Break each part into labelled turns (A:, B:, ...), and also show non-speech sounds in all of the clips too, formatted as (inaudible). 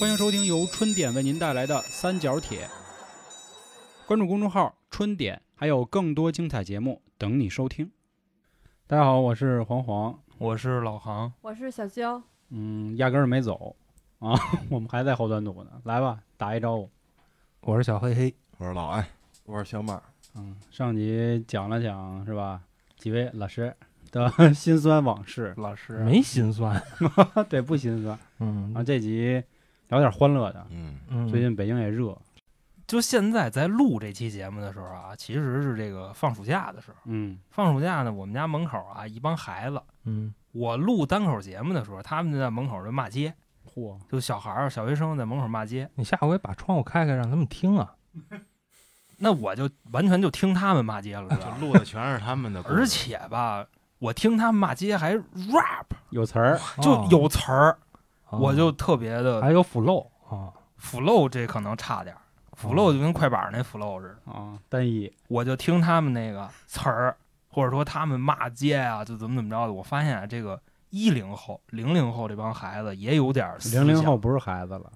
A: 欢迎收听由春点为您带来的《三角铁》，关注公众号“春点”，还有更多精彩节目等你收听。大家好，我是黄黄，
B: 我是老航，
C: 我是小娇。
A: 嗯，压根儿没走啊， (laughs) 我们还在后端组呢。来吧，打一招呼。
B: 我是小黑黑，
D: 我是老艾，我是小马。
A: 嗯，上集讲了讲是吧？几位老师的 (laughs) 辛酸往事，
B: 老师
E: 没心酸，
A: 对，不辛酸。
E: 嗯
A: 然后这集聊点欢乐的，
D: 嗯，
E: 嗯，
A: 最近北京也热，
B: 就现在在录这期节目的时候啊，其实是这个放暑假的时候。
A: 嗯
B: 放暑假呢，我们家门口啊，一帮孩子，
E: 嗯
B: 我录单口节目的时候，他们就在门口就骂街，
A: 嚯，
B: 就小孩儿、小学生在门口骂街。
E: 你下回把窗户开开，让他们听啊。
B: 那我就完全就听他们骂街了，
D: (laughs)
B: 知道吗
D: 录的全是他们的故事，
B: 而且吧，我听他们骂街还 rap，
A: 有词儿，
B: 就
E: 哦
B: 有词儿，
E: 哦
B: 我就特别的
E: 还有腐漏啊，
B: flow，这可能差点儿，flow 就跟快板儿那 flow 似的。
A: 啊，单一，
B: 我就听他们那个词儿，或者说他们骂街啊，就怎么怎么着的。我发现啊，这个一零后、零零后这帮孩子也有点思想
A: 零零后，不是孩子了，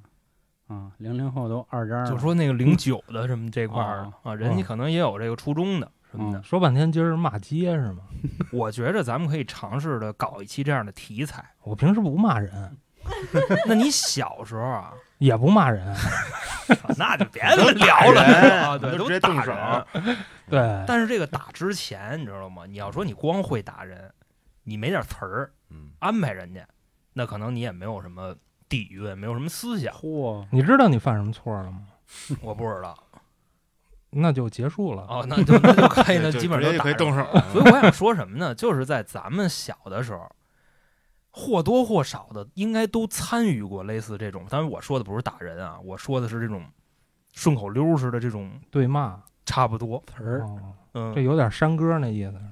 A: 啊，零零后都二十二了，
B: 就说那个零九的什么这块儿
A: 哦。
B: 啊，人家可能也有这个初中的什么的。
E: 说半天今儿骂街是吗？
B: 我觉着咱们可以尝试的搞一期这样的题材。 (laughs)
E: 我平时不骂
B: 嗯
E: 人，
B: 那你小时候啊，
E: 也不骂
B: (laughs)
E: 人，
B: 那就别聊了啊，对，
D: 就
B: 都
D: 直接动
B: 打
D: 手
B: 人。
E: 对，
B: 但是这个打之前，你知道吗？你要说你光会打人，你没点词儿，
D: 嗯，
B: 安排人家，那可能你也没有什么底蕴，没有什么思想
A: (laughs) 嚯，
E: 你知道你犯什么错了吗？
B: 我不知道
E: 那就结束了。
B: 哦，那就那就可以，那
D: 就
B: 基本
D: 直
B: 上都
D: 接就
B: 打
D: 可以动
B: 上。
D: 手了。
B: (laughs) 所以我想说什么呢？就是在咱们小的时候，或多或少的应该都参与过类似这种。当然，我说的不是打人啊，我说的是这种顺口溜似的这种，
E: 对骂
B: 差不多。
A: 词儿，
E: 哦这
B: 嗯，
E: 有点山歌那意思是吧。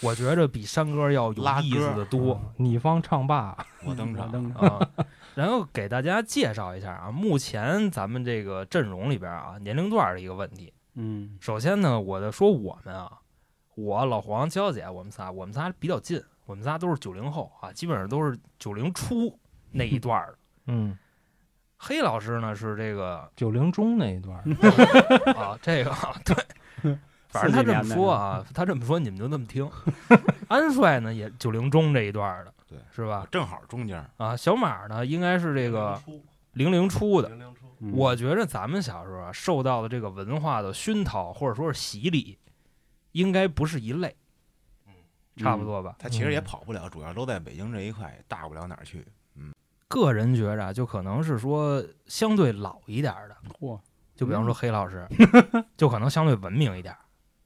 B: 我觉着比山歌要有
D: 拉
B: 意思
D: 歌
B: 的多。
E: 嗯你方唱罢，
D: 我登
A: 我
D: 场，
A: 登场，
B: 啊。然后给大家介绍一下啊，目前咱们这个阵容里边啊，年龄段儿的一个问题。
A: 嗯
B: 首先呢，我的说我们啊，我老黄、娇姐，我们仨，我们仨比较近，我们仨都是九零后啊，基本上都是九零初那一段儿的。
E: 嗯，
B: 黑老师呢是这
D: (laughs)
B: 个
E: 九零中那一段
B: 嗯
E: 儿，
B: 啊，这个啊对，反正他这么说啊，他这么说你们就这么听。安帅呢也九零中这一段儿的，
D: 对，
B: 是吧？
D: 正好中间
B: 啊，小马呢应该是这
D: 这
B: 个零零初的，
D: 嗯零初，
A: 嗯
B: 我觉着咱们小时候啊，受到的这个文化的熏陶或者说是洗礼，应该不是一类，差
A: 嗯
B: 不，多吧。
D: 他其实也跑不了，主要都在北京这一块，大不了哪儿去。
B: 个人觉着啊，就可能是说相对老一点儿的，
A: 嗯嚯，
B: 就比方说黑老
A: (laughs)
B: 师，就可能相对文明一点儿。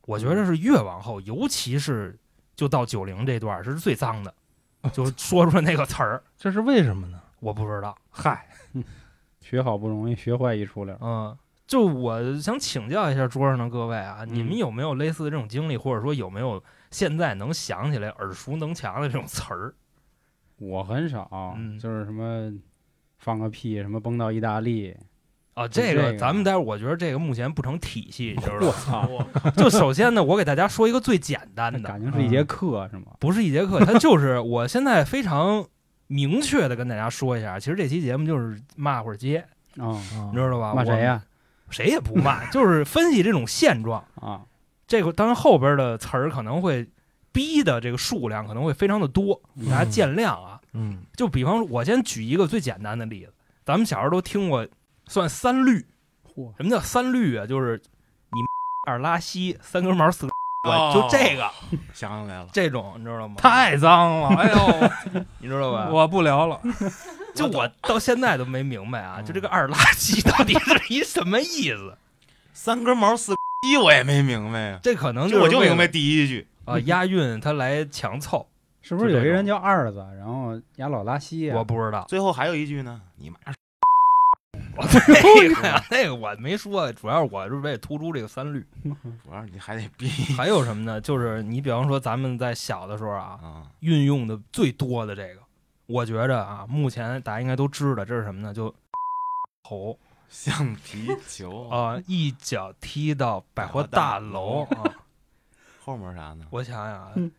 B: 我觉着是越往后，尤其是就到九零这段儿是最脏的，就说出来那个词儿，
E: 这是为什么呢？
B: 我不知道。
E: 嗨，
A: 学好不容易，学坏一出溜，
B: 嗯，就我想请教一下桌上的各位啊，
A: 嗯
B: 你们有没有类似的这种经历，或者说有没有现在能想起来耳熟能详的这种词儿？
A: 我很少
B: 嗯，
A: 就是什么放个屁，什么蹦到意大利，
B: 啊，
A: 就这
B: 这个
A: 个
B: 咱们待会儿，我觉得这个目前不成体系，你知道
A: 我
B: 吧？
A: 操，哎
B: 就首先呢，我给大家说一个最简
A: 那
B: 单的，嗯
A: 感情是一节课是吗？
B: 不是一节课，它就是我现在非常明确的跟大家说一下，其实这期节目就是骂会儿街，
A: 啊，
E: 啊
B: 你知道吧？
A: 骂谁、呀？
B: 谁也不骂，就是分析这种现状。
A: 啊，
B: 这个当然后边的词儿可能会逼的这个数量可能会非常的多，
A: 嗯
B: 大家见谅啊。
E: 嗯，
B: 就比方说，我先举一个最简单的例子，咱们小时候都听过，算三律。
A: 嚯，
B: 什么叫三律啊？就是你 (laughs) 二拉稀，三根毛四个
D: 哦
B: 就这个
D: 想起来了，
B: 这种，你知道吗？
E: 太
D: (laughs)
E: 脏了，哎呦，
B: (laughs) 你知道吧？
E: 我不聊了。
B: 就我到现在都没明白啊，
E: 嗯
B: 就这个二拉稀 (laughs) 到底是一什么意思？
D: 三根毛四一，我也没明白呀。
B: 这可能
D: 我就
B: 为了
D: 明白第一句，
B: 啊，押韵它来强凑，
A: 是不是有一人叫二子，然后牙老拉稀呀？ (laughs)
B: 我不知
D: (laughs)
B: 道。
D: 最后还有一句呢，你妈
B: 那个呀， (laughs) 那个我没说，主要我是为了突出这个三律。
D: 主要是你还得逼
B: 还有什么呢？就是你比方说咱们在小的时候啊，
D: 啊，
B: 运用的最多的这个，我觉着啊，目前大家应该都知道这是什么呢？就猴
D: 橡皮球
B: 啊、一脚踢到百货大楼啊！
D: 后面啥呢？
B: (laughs) 我想想啊，
A: 嗯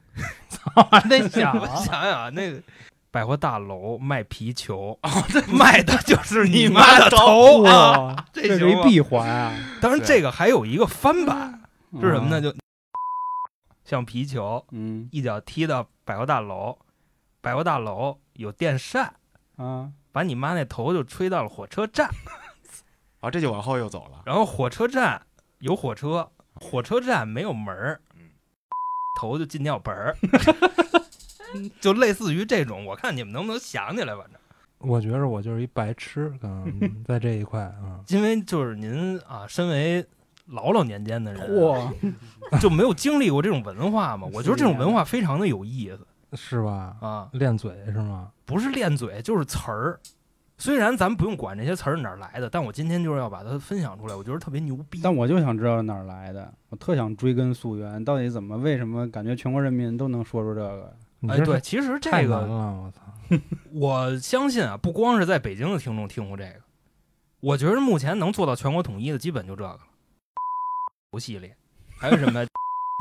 E: 我还得
B: (laughs)
E: 想
B: 我想想啊，那个百货大楼卖皮 (laughs) 球，啊卖的就是你妈的头啊！
A: 哇，
B: 这
A: 这是
B: 行
A: 一
B: 吗
A: 闭环啊！
B: 当然，
D: 对
B: 这个还有一个翻版是什么呢？
A: 啊？
B: 就像皮球，
A: 嗯
B: 一脚踢到百货大楼，百货大楼有电扇，
A: 啊，
B: 把你妈那头就吹到了火车站，
D: 啊，这就往后又走了。
B: 然后火车站有火车，火车站没有门儿
D: 嗯，
B: 头就进尿盆儿，就类似于这种，我看你们能不能想起来，反正。
E: 我觉着我就是一白痴，
B: (laughs)
E: 嗯，在这一块啊，
B: 因为就是您啊，身为老老年间的人，啊
A: 嚯，
B: 就没有经历过这种文化嘛。我觉得这种文化非常的有意思
E: 是吧？
B: 啊，
E: 练嘴是吗？
B: 不是练嘴就是词儿。虽然咱们不用管这些词儿哪儿来的，但我今天就是要把它分享出来，我觉得特别牛逼。
A: 但我就想知道哪儿来的，我特想追根溯源，到底怎么为什么感觉全国人民都能说出这个？
E: 你
B: 哎，
E: 这
B: 对，其实
E: 太
B: 这个
E: 难了，我操！
B: 我相信啊，不光是在北京的听众听过这个，我觉得目前能做到全国统一的，基本就这个了。游戏里 (laughs) 还有什么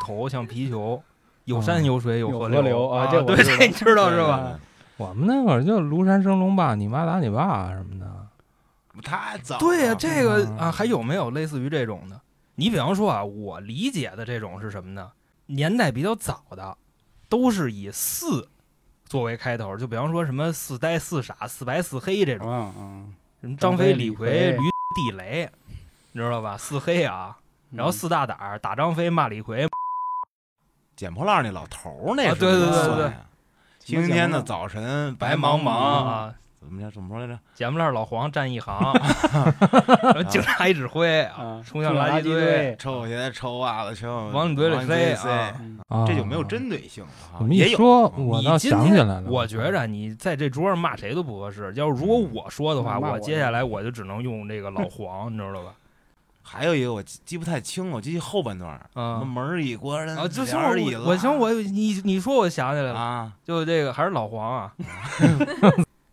B: 头像皮球，有山有水嗯有
A: 有
B: 河
A: 河流啊
B: 啊，
A: 这我
B: 对，
A: 知道
B: (laughs) 这你知道是
A: 对
B: 吧？
A: 对
E: 我们那会儿就庐山升龙霸，你妈打你爸什么的，
D: 对？对太早了。
B: 对呀、这个
E: 嗯
B: 啊，还有没有类似于这种的？你比方说啊，我理解的这种是什么呢？年代比较早的，都是以四作为开头，就比方说什么四呆、四傻、四白、四黑这种，
A: 啊 (laughs) 嗯，
B: 什么
A: 张
B: 张
A: 飞
B: 飞、
A: 李
B: 李
A: 逵
B: 逵、驴地雷，你知道吧？四黑啊，然
A: 嗯
B: 后四大胆儿打张飞、骂李逵，
D: 捡破烂那老头儿那
B: 啊
D: 是
B: 对对
A: 对对
D: 算
B: 对
D: 呀星期天的早晨，白
B: 茫
D: 茫
B: 茫啊，
D: 怎么着？怎么说来着？
B: 捡破烂老黄站一行，然后警察一指挥啊
A: 啊，，
B: 冲向
A: 垃
B: 垃圾堆，，
D: 抽鞋、抽袜子、抽
B: 往你嘴里塞啊
A: 嗯
E: 啊，
D: 这就没有针对性了啊
E: 你们
D: 也
E: 一
D: 有
E: 说，
D: 嗯
E: 我
B: 你
E: 倒
B: 今
E: 想起
B: 天
E: 来了。
B: 我觉着你在这桌上骂谁都不合适。要是如果我说的话，
A: 嗯骂我
B: 我接下来我就只能用这个老黄，你知道吧？
D: 还有一个我记记不太清了，我记后半段儿，什么
B: 嗯，
D: 门儿一关，
B: 啊，就
D: 帘
B: 行，
D: 儿一
B: 我我
D: 拉
B: 行，我你你说我想起来了，
D: 啊
B: 就这个还是老黄啊。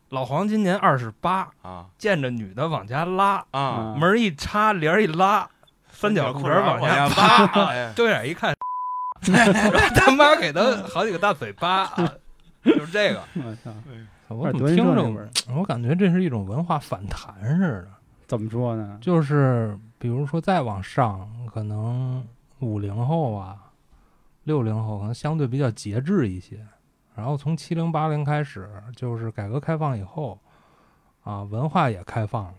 B: 老黄今年二十八，
D: 啊
B: 见着女的往家拉，
D: 啊，
E: 嗯
A: 啊
B: 门儿一插，帘儿一拉，三角裤
D: 裤
B: 衩
D: 衩
B: 儿
D: 往
B: 下
D: 扒，
B: 扒，
D: 哎呀
B: (laughs) 对眼一
D: (laughs)
B: 看，然后他妈给他好几个大嘴巴，
D: (laughs)
B: 啊就是这个。
A: 我操，
E: 操，我
A: 有点
E: 怎
A: 德
E: 么
A: 云
E: 听
A: 社
E: 着
A: 那味儿，
E: 我感觉这是一种文化反弹似的，
A: 怎么说呢？
E: 就是比如说再往上，可能五零后啊，六零后可能相对比较节制一些，然后从七零八零开始，就是改革开放以后，啊，文化也开放了，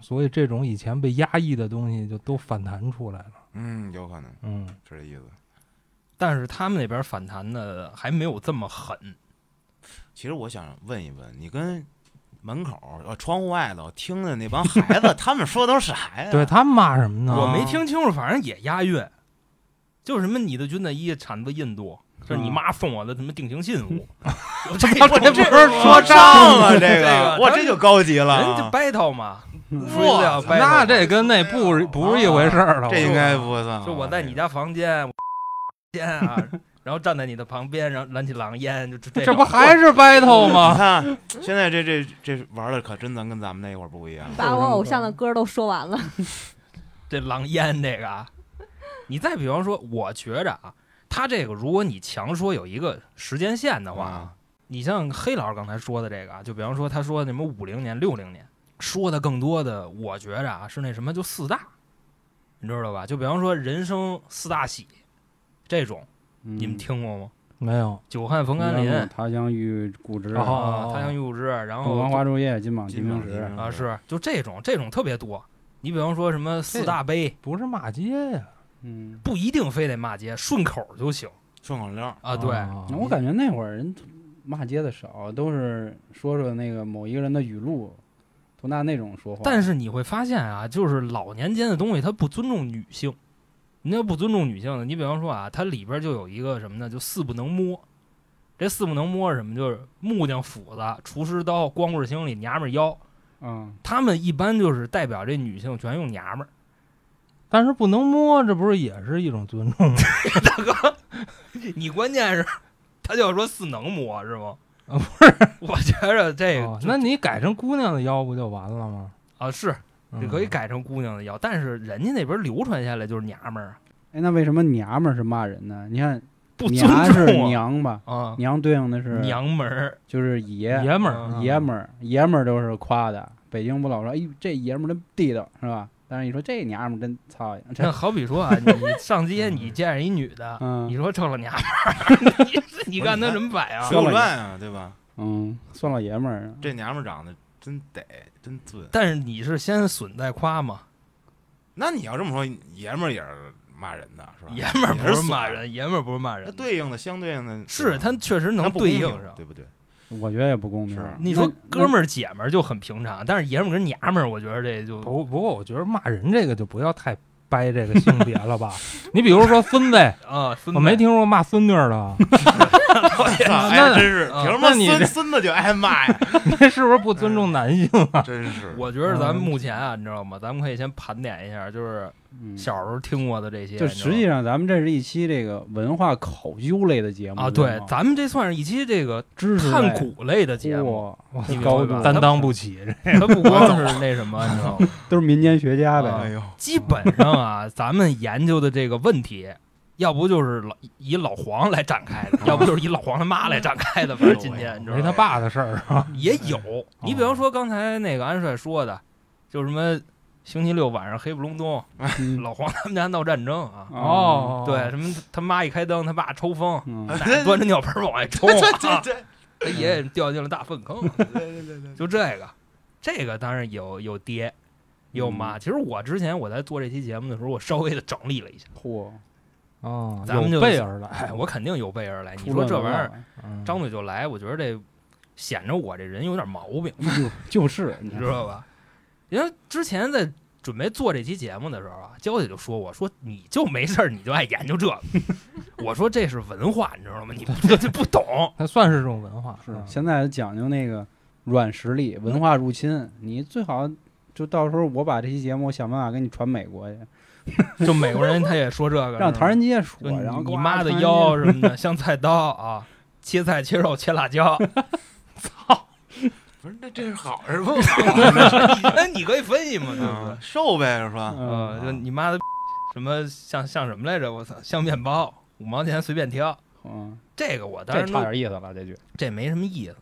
E: 所以这种以前被压抑的东西就都反弹出来了。
D: 嗯，有可能
E: 嗯，
D: 是这意思。
B: 但是他们那边反弹的还没有这么狠。
D: 其实我想问一问，你跟门口儿呃窗户外头听的那帮孩子， (laughs) 他们说的都是啥呀？
E: 对他们骂什么
D: 啊
E: 呢？
B: 我没听清楚，反正也押韵，就是什么你的军大衣产自印
D: 啊
B: 度，这是你妈送我的什么定情信
D: (laughs)
B: 物，有哎这
D: 我
B: 种
D: 这不是说唱啊，这个
B: 个
D: 哇，这就高级了
B: 人
D: 啊
B: 就，battle 嘛，
A: 嗯
B: 说要 battle，
E: 那这跟那不是不是一
B: 啊
E: 回事儿了。
D: 这应该不算啊。
B: 说我在你家房间，我间
E: (laughs)
B: 啊，然后站在你的旁边，然后燃起狼烟，就这
E: 这不还是 battle
B: 啊
D: 这
B: (laughs)
D: 个。啊你看，
E: 吗？
D: 现在这这这玩的可真咱跟咱们那会儿不一样。
C: 把我偶像的歌都说完了，
B: 这狼烟这个啊。你再比方说，我觉着啊，他这个如果你强说有一个时间线的话啊，
D: 啊，
B: 你像黑老师刚才说的这个啊，就比方说他说什么五零年、六零年，说的更多的，我觉着啊是那什么就四大，你知道吧？就比方说人生四大喜这种，你
E: 嗯
B: 们听过吗？
E: 没有，
B: 久旱逢甘霖
A: 嗯他乡遇故知，
E: 哦
B: 啊，他乡遇故知，然
A: 董王
B: 后
A: 花烛夜，金榜题
D: 金
A: 名
D: 榜题
A: 时
D: 名。
B: 啊是就这种这种特别多。你比方说什么四大悲，
E: 不是骂街呀。
A: 嗯，
B: 不一定非得骂街，顺口就行
D: 顺口溜儿，
B: 啊。对，
E: 啊
A: 那我感觉那会儿人骂街的少，都是说说那个某一个人的语录，都拿那种说话。
B: 但是你会发现啊，就是老年间的东西，它不尊重女性。你要不尊重女性的，你比方说啊，它里边就有一个什么呢？就四不能摸。这四不能摸是什么？就是木匠、斧子、厨师刀、光棍星里娘们儿腰。
A: 嗯，
B: 他们一般就是代表这女性全用娘们儿。
E: 但是不能摸，这不是也是一种尊重吗？啊
B: 大哥， (laughs) 你关键是，他就要说四能摸是吗？
E: 啊
B: 不是， (laughs) 我觉着这个
E: 哦
B: 就、
E: 那你改成姑娘的腰不就完了吗？
B: 啊是，
E: 嗯
B: 你可以改成姑娘的腰，但是人家那边流传下来就是娘们儿啊。
A: 哎，那为什么娘们儿是骂人呢？你看
B: 不
A: 你
B: 尊
A: 还是
B: 重啊
A: 娘吧？
B: 啊，
A: 娘对应的是
B: 娘们儿，啊
A: 就是爷
E: 爷们儿，
A: 爷们儿，爷们儿都是夸的。北京不老说，哎呦，这爷们儿真地道，是吧？但是你说这娘们儿真操心，
B: 那
A: 这
B: 好比说啊，你上街你见着一女的，
A: 嗯？
B: 你说成了娘们儿，你你干她什么摆啊
D: 《水浒传》啊，对吧？
A: 嗯，算老爷们儿。
D: 这娘们儿长得真得真俊。
B: 但是你是先损再夸嘛，
D: 那你要这么说，爷们儿也是骂人的，是吧？
B: 爷们儿
D: 也
B: 不是
D: 损
B: 骂，人，爷们儿不是骂
D: 那
B: 人，
D: 对应的相对应的
B: 是
D: 他
B: 他确实能对应上。(laughs)
D: 对不对？
A: 我觉得也不公平啊
D: 是。
B: 你说哥们
A: 儿，
B: 儿姐们儿就很平常，但是爷们儿跟娘们儿，我觉得这就
E: 不不过我觉得骂人这个就不要太掰这个性别了吧。 (laughs) 你比如说孙子，
B: 啊，分
E: 我没听说过骂孙女
B: (laughs)
E: 儿的，
D: 哎
E: 那
D: 呀，真是
B: 啊
D: 凭什
E: 那
D: 么
E: 你
D: 孙
E: 这
D: 孙子就挨骂呀？
E: 那是不是不尊重男性
B: 嗯
E: 啊？
D: 真是
B: 我觉得咱们目前啊，你知道吗？咱们可以先盘点一下，就是
A: 嗯
B: 小时候听过的这些。
A: 就
B: 你知道
A: 实
B: 吗
A: 际上咱们这是一期这个文化考究类的节目
B: 啊，对，咱们这算是一期这个
A: 嗯知识
B: 探
A: 类
B: 古类的节目，
A: 哇，
B: 你明白
A: 高
B: 吧
A: 度
E: 担当不起，
B: 它
A: (laughs)
B: 不光是那什么，你知道吗？
A: 都是民间学家呗。
B: 啊
D: 哎呦，，
B: 基本上啊，咱们研究的这个问题，要不就是老以老黄来展开的，要不就是以老黄他妈来展开
A: (laughs)
B: 的。反
A: 哎
B: 正今天你知道
E: 没
B: 吗
E: 他爸的事儿啊。
B: 也有。你比方说刚才那个安帅说的，就什么星期六晚上黑不隆冬，
A: 嗯
B: 老黄他们家闹战争啊，
A: 哦，
B: 对，，什么他妈一开灯，他爸抽风，
A: 嗯
B: 奶奶 (laughs) 端着尿盆儿往外冲
D: (laughs) 这这
B: 啊
D: 这
B: 他爷爷掉进了大粪坑。啊就这个，这个当然有有爹。有妈，其实我之前我在做这期节目的时候，我稍微的整理了一下，
A: 嚯，
E: 哦，
B: 咱们就
E: 有备而来。
B: 哎，我肯定有备而来。你说这玩意儿，
E: 嗯
B: 张嘴就来，我觉得这显着我这人有点毛病，
A: 就就是你
B: (laughs) 你知道吧？因为之前在准备做这期节目的时候啊，娇姐就说我说你就没事儿你就爱研究这个， (laughs) 我说这是文化，你知道吗？你不这不懂，
E: 它算是种文化，
A: 是
E: 嗯
A: 现在讲究那个软实力、文化入侵，你最好就到时候我把这期节目想办法给你传美国去，
B: (laughs) 就美国人他也说这个，
A: 让唐人街说
B: 嗯就，你
A: 然后
B: 你
A: 呱
B: 妈的
A: 唐人街
B: 腰什么的，像菜刀啊，切菜切肉切辣椒，
D: (laughs)
B: (laughs)
D: 不是那这是好事 (laughs) 不？
B: 那哎你可以分析嘛，对不对
D: 啊？瘦呗是吧？
B: 呃，就
A: 嗯
B: 你妈的什么像像什么来着？我操，像面包，五毛钱随便挑。
A: 嗯，
B: 这个我当
A: 这
B: 然
A: 差
B: 都
A: 点意思了，这句
B: 这没什么意思。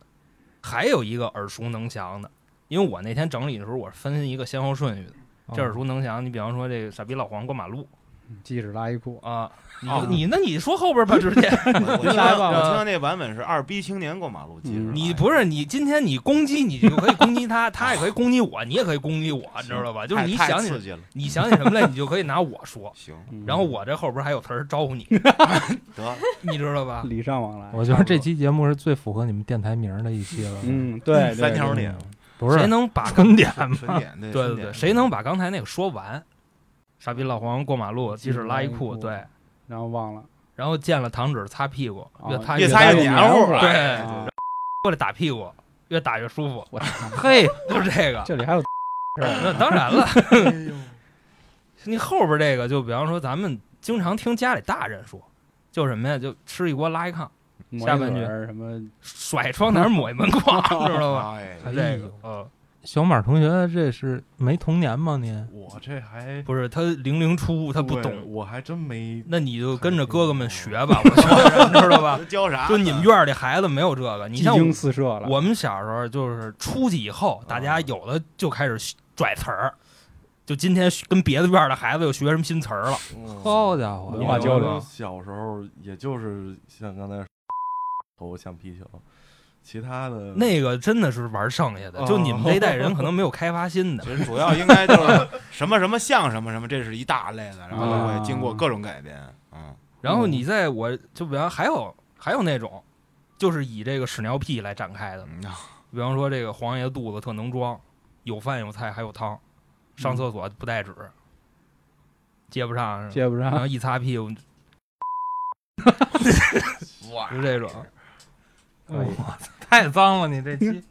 B: 还有一个耳熟能详的，因为我那天整理的时候，我是分一个先后顺序的。这耳熟能详，你比方说这个傻逼老黄过马路
A: 即使嗯拉一裤，
B: 啊，你
D: 哦
B: 你那你说后边吧，直接
D: 我听
A: 来吧
D: 我听到那版本是二逼青年过马路，其实哎
A: 嗯
B: 你不是你今天你攻击你就可以攻击他，他也可以攻击我，你也可以攻击我，你知道吧？就是
D: 太
B: 你
D: 太
B: 想
D: 刺
B: 起
D: 激了，
B: 你想起什么来，你就可以拿我说，
D: 行
A: 嗯
B: 然后我这后边还有词儿招呼你，
D: 得
B: 你知
A: (laughs)
B: 道吧？
A: 礼尚往来，
E: 我觉得这期节目是最符合你们电台名儿的一期了。
A: 嗯，对，对
D: 三条
A: 对
D: 脸
E: 嗯，不是
B: 谁能把
E: 春点
D: 纯
E: 吗？
D: 点对
B: 对对
D: 纯
B: 对，
D: 点
B: 谁能把刚才那个说完？傻逼老黄过马路，即使拉一裤，
A: 即使拉一
B: 对
A: 裤，然后忘了，
B: 然后见了糖纸擦屁股，
A: 哦
B: 越擦
D: 越
B: 擦
D: 擦
B: 越
D: 越黏糊
B: 对，
D: 了。
B: 然后
A: 啊
B: 过来打屁股，越打越舒服，
A: 我操， (laughs)
E: 嘿，
B: 就是这个。
A: 这里还有
B: 那当然了， (laughs)
D: 哎呦
B: 你后边这个就比方说咱们经常听家里大人说，就什么呀，就吃一锅拉一炕，
A: 抹
B: 下
A: 一
B: 半句
A: 嘴儿什么，
B: 甩窗台抹一门框，
D: (laughs)
B: 知道吧？
D: 哎
E: 哎
B: 这个
E: 呦，
B: 呃，
E: 小马同学，这是没童年吗？您
F: 我这还
B: 不是他零零初，他不
F: 对
B: 懂，
F: 我还真没
B: 那你就跟着哥哥们学吧，我觉得，知道吧？ (laughs)
D: 这 (laughs) 教啥呢？
B: 就你们院儿里孩子没有这个，你
A: 技
B: 像我
A: 惊四射了，
B: 我们小时候就是出去以后，大家有的就开始拽词儿，就今天跟别的院儿的孩子又学什么新词儿了。
E: 好家伙，
A: 文化交流
F: 小时候也就是像刚才头橡皮球，其他的
B: 那个真的是玩剩下的，
F: 哦
B: 就你们这一代人可能没有开发
D: (laughs)
B: 新的
D: 其。实主要应该就是什么什么像什么什么，这是一大类的，然后就
A: 啊
D: 会经过各种改编。嗯，
B: 然后你在我就比方还有还有那种，就是以这个屎尿屁来展开的，
D: 嗯
B: 比方说这个黄爷肚子特能装，有饭有菜还有汤，上厕所不带纸，接不上是吧，
A: 接不
D: (laughs)
B: 然
A: 上
B: 后，一擦屁股
D: 哇
B: 就这种。
E: 我操，哎太脏了！你这期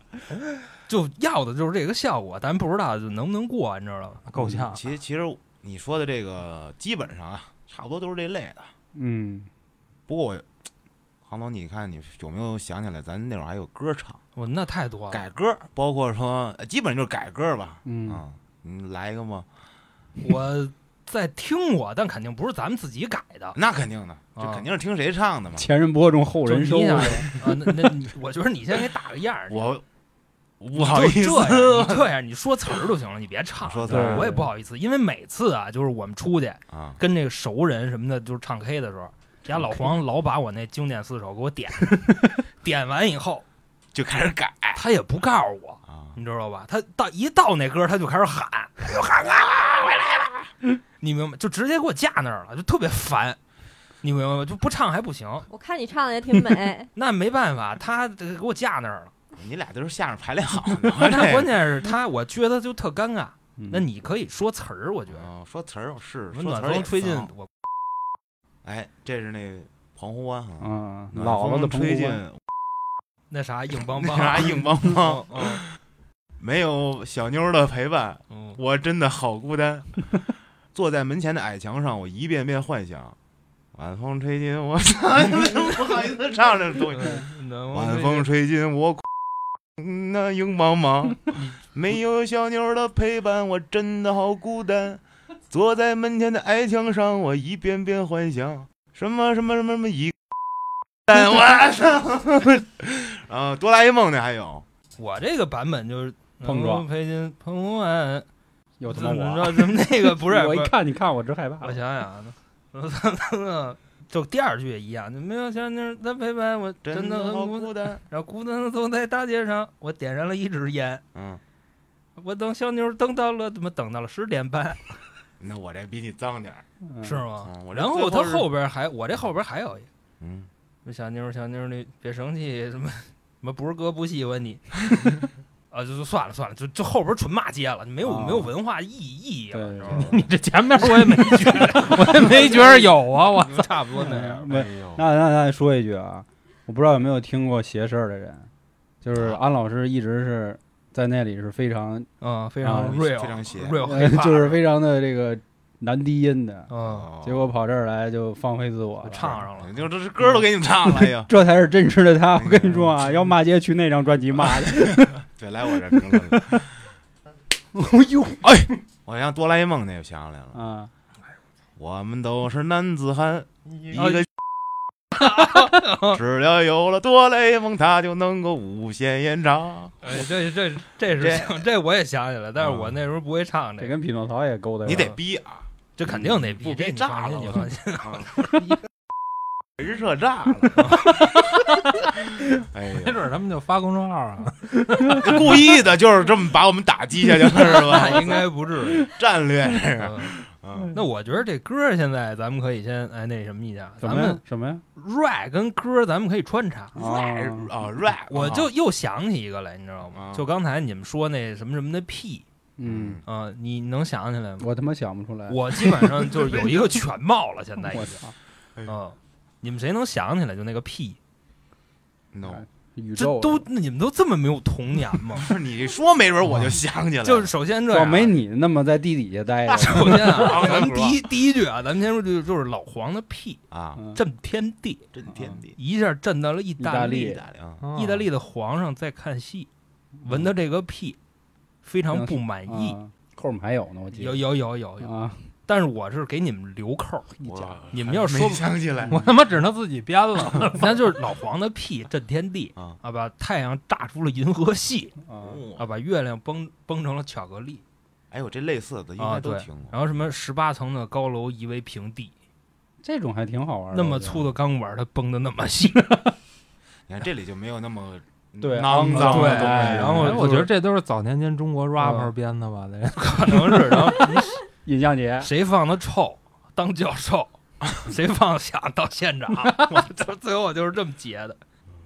B: 就要的就是这个效果，咱不知道就能不能过，你知道吧？
E: 够呛，
D: 其实其实你说的这个基本上啊，差不多都是这类的。
A: 嗯，
D: 不过我，航总，你看你有没有想起来，咱那会儿还有歌唱
B: 我那太多了，
D: 改歌，包
B: 啊
D: 括说呃基本就是改歌吧。
A: 嗯
D: 嗯，你来一个吗？
B: 我在听我，但肯定不是咱们自己改的，
D: 那肯定的，这
B: 啊
D: 肯定是听谁唱的嘛。
A: 前人播种后
B: 就
A: 人
B: 你
A: 收
B: 想
A: 啊
B: 啊，，
D: (laughs)
B: 那那你我觉得你先给打个样儿，
D: 我
B: 你
D: 不好意思
B: 就，这
D: (laughs)
B: 样，你这样，你说词儿就行了，你别唱。
D: 说词
A: 儿
B: 我也不好意思，因为每次啊，就是我们出去
D: 啊，
B: 跟这个熟人什么的，就是唱 K 的时候，人家老黄老把我那经典四首给我点，点完以后，
D: 就开始改
B: 他也不告诉我，
D: 啊，
B: 你知道吧？他到一到那歌，他就开始喊，就喊啊，回来了，你明白吗？就直接给我架那儿了，就特别烦，你明白吗？就不唱还不行，，
C: (laughs) 我看你唱的也挺美 (laughs)
B: 那没办法，他呃给我架那儿了。
D: 你俩都是相声
B: (laughs)
D: 排练好的
B: 那
D: 这
B: 关键是他，我觉得就特尴尬。
A: 嗯
B: 那你可以说词儿，我觉得。
D: 啊说词儿是
B: 什么
D: 说
B: 暖
D: 词儿也
B: 风吹进
D: 骚
B: 我，
D: 哎，这是那澎湖湾啊，
A: 啊，
B: 嗯
D: 暖
A: 老了
D: 风
A: 的澎湖
D: 吹进
A: 湾
B: 那啥硬邦
D: (laughs) 那
B: 邦，
D: 啥硬邦邦，
B: (laughs) 嗯
D: (laughs)
B: 嗯
D: 没有小妞儿的陪伴，
B: 嗯，
D: 我真的好孤单。 (laughs) 坐在门前的矮墙上，我一遍遍幻想，晚风吹进我， (laughs) 不好意思唱这东西。
B: 嗯暖
D: 晚
B: 风
D: 风吹进我 (laughs) 那硬邦邦，没有小妞儿的陪伴，我真的好孤单。坐在门前的矮墙上，我一遍遍幻想什么什么什么什么一 (laughs) 但我操！ (laughs) 然后哆啦 A 梦那还有，
B: 我这个版本就是
A: 碰撞
B: 南风吹进澎湾，
A: 又他妈
B: 怎么
A: 我啊，
B: 着？怎么那个不
D: (laughs)
B: 是？
A: 我一
B: 不是
A: 看你看我直害怕
B: 我。想想啊，我就第二句也一样，就没有小妞儿的陪伴，我真的
D: 的
B: 很
D: 好
B: 孤单。
D: 孤单。
B: 然后孤单的走在大街上，我点燃了一支烟，
D: 嗯，
B: 我等小妞儿等到了，怎么等到了十点半？
D: 那我这比你脏点儿。
A: 嗯
B: 是吗？
D: 嗯我这
B: 然后他
D: 最是
B: 后边还，我这后边还有一个。
D: 嗯，
B: 说小妞儿，小妞儿，你别生气，什么什么不是哥不喜欢你，啊，就就算了算了，就就后边纯骂街了，没有、
A: 啊
B: 没有文化意义啊了，
A: 对
B: 知道
A: 对
B: 吗？ (laughs)
E: 你这前面我也没觉得，我也没觉得有啊，
D: 哦
E: 我
B: 就差不多那样。
A: 嗯
F: 哎
A: 没
F: 呦，
A: 那那那说一句啊，我不知道有没有听过邪事儿的人，就是
B: 啊
A: 安老师一直是在那里是非常
B: 嗯，非
A: 啊
B: 常 real，
D: 非常邪
A: (laughs)
B: real，啊
A: 呃
B: hiphop
A: 就是非常的这个男低音的，
B: 嗯，
A: 结果跑这儿来就放飞自我了
B: 就唱上了
D: 哦你。就这是歌都给你们唱了，哎
A: (laughs)
D: 呦，
A: 这才是真实的他，我跟你说啊，要骂街去那张专辑骂 (laughs) 去。
D: 对，来我这评论了。
A: 哎呦
D: 我像哆啦 A 梦那就想起来了，
A: 啊，
D: 我们都是男子汉，一
B: 啊
D: 个。 (laughs) 只要有了哆啦 A 梦，它就能够无限延长。
B: 哎，这这这是
D: 这
B: 这我也想起来，但是我
D: 嗯
B: 那时候不会唱
A: 这
B: 个，
A: 跟匹诺曹也勾搭上了。
D: 你得逼啊，
B: 这肯定得
D: 不
B: 比
D: 逼
B: 这你
D: 炸
B: 放
D: 了
B: 心，你放心。
D: 人设
A: (laughs)
D: 炸了。哎
E: 没
D: 呀，
E: 准他们就发公众号啊，
D: 故意的就是这么把我们打击下去了，
B: (laughs)
D: 是吧？
B: 那应该不至于。
D: 战略这是。
B: 嗯
D: 嗯，
B: 那我觉得这歌现在咱们可以先哎那什么一下，
A: 什
B: 咱
A: 么呀
B: 们？
A: 什么呀？
B: rap 跟歌咱们可以穿插。
A: 啊，
D: 啊，rap，
B: 我就又想起一个来，你知道吗
D: 啊？
B: 就刚才你们说那什么什么的屁，
A: 嗯，
B: 啊、你能想起来
A: (laughs)
B: 吗？
A: 我他妈想不出来。
B: 我基本上就是有一个全貌了，现在已
A: 我
B: 经。
A: 操，
B: 嗯、你们谁能想起来就那个屁？
D: 嗯 no，
A: 宇
B: 这
A: 宙啊
B: 都那你们都这么没有童年
D: (laughs)
B: 吗？
D: 不是 (laughs) 你说，没准我就想起来了。
B: 就是首先这
A: 我
B: 样，啊
A: 没你那么在地底下待着。
B: 首先啊，
D: 啊
B: 咱们
D: 是吧
B: 第一第一句啊，咱们先说就就是老黄的屁
D: 啊，
A: 嗯
B: 震天地，
D: 真天地，
B: 一下震到了意大
A: 意
D: 意
B: 利
A: 大。
D: 大利啊，
E: 嗯
B: 意大利的皇上在看戏，闻到这个屁，非常不满意。
A: 啊后面还有呢，我记
B: 有
A: 得
B: 有有有有，
A: 啊，
B: 但是我是给你们留扣儿，
A: 一家
D: 我
B: 你们要
D: 没
B: 说
D: 想起来
E: 我他妈只能自己编了。
B: 那就是老黄的屁震天地
D: 啊，
B: 啊，把太阳炸出了银河系
A: 啊，
B: 啊，把月亮崩崩成了巧克力
D: 嗯哎呦，这类似的应
B: 啊，
D: 该都
B: 对
D: 听，过。
B: 然后什么十八层的高楼夷为平地，
A: 这种还挺好玩的。
B: 那么粗的钢管它崩的那么细，
D: 你看这里就没有那么
A: 对
D: 肮
B: (laughs)
D: 脏
B: 对啊
D: 的东
B: (laughs)
D: 西，
B: 然后
E: 哎我觉
B: 就
E: 得
B: 是
E: 这都是早年间中国 rapper 编的吧？得
B: 可能是然后
A: 尹相杰
B: 谁放的臭当教授， (laughs) 谁放的响当县长， (laughs) 我就最后我就是这么结的。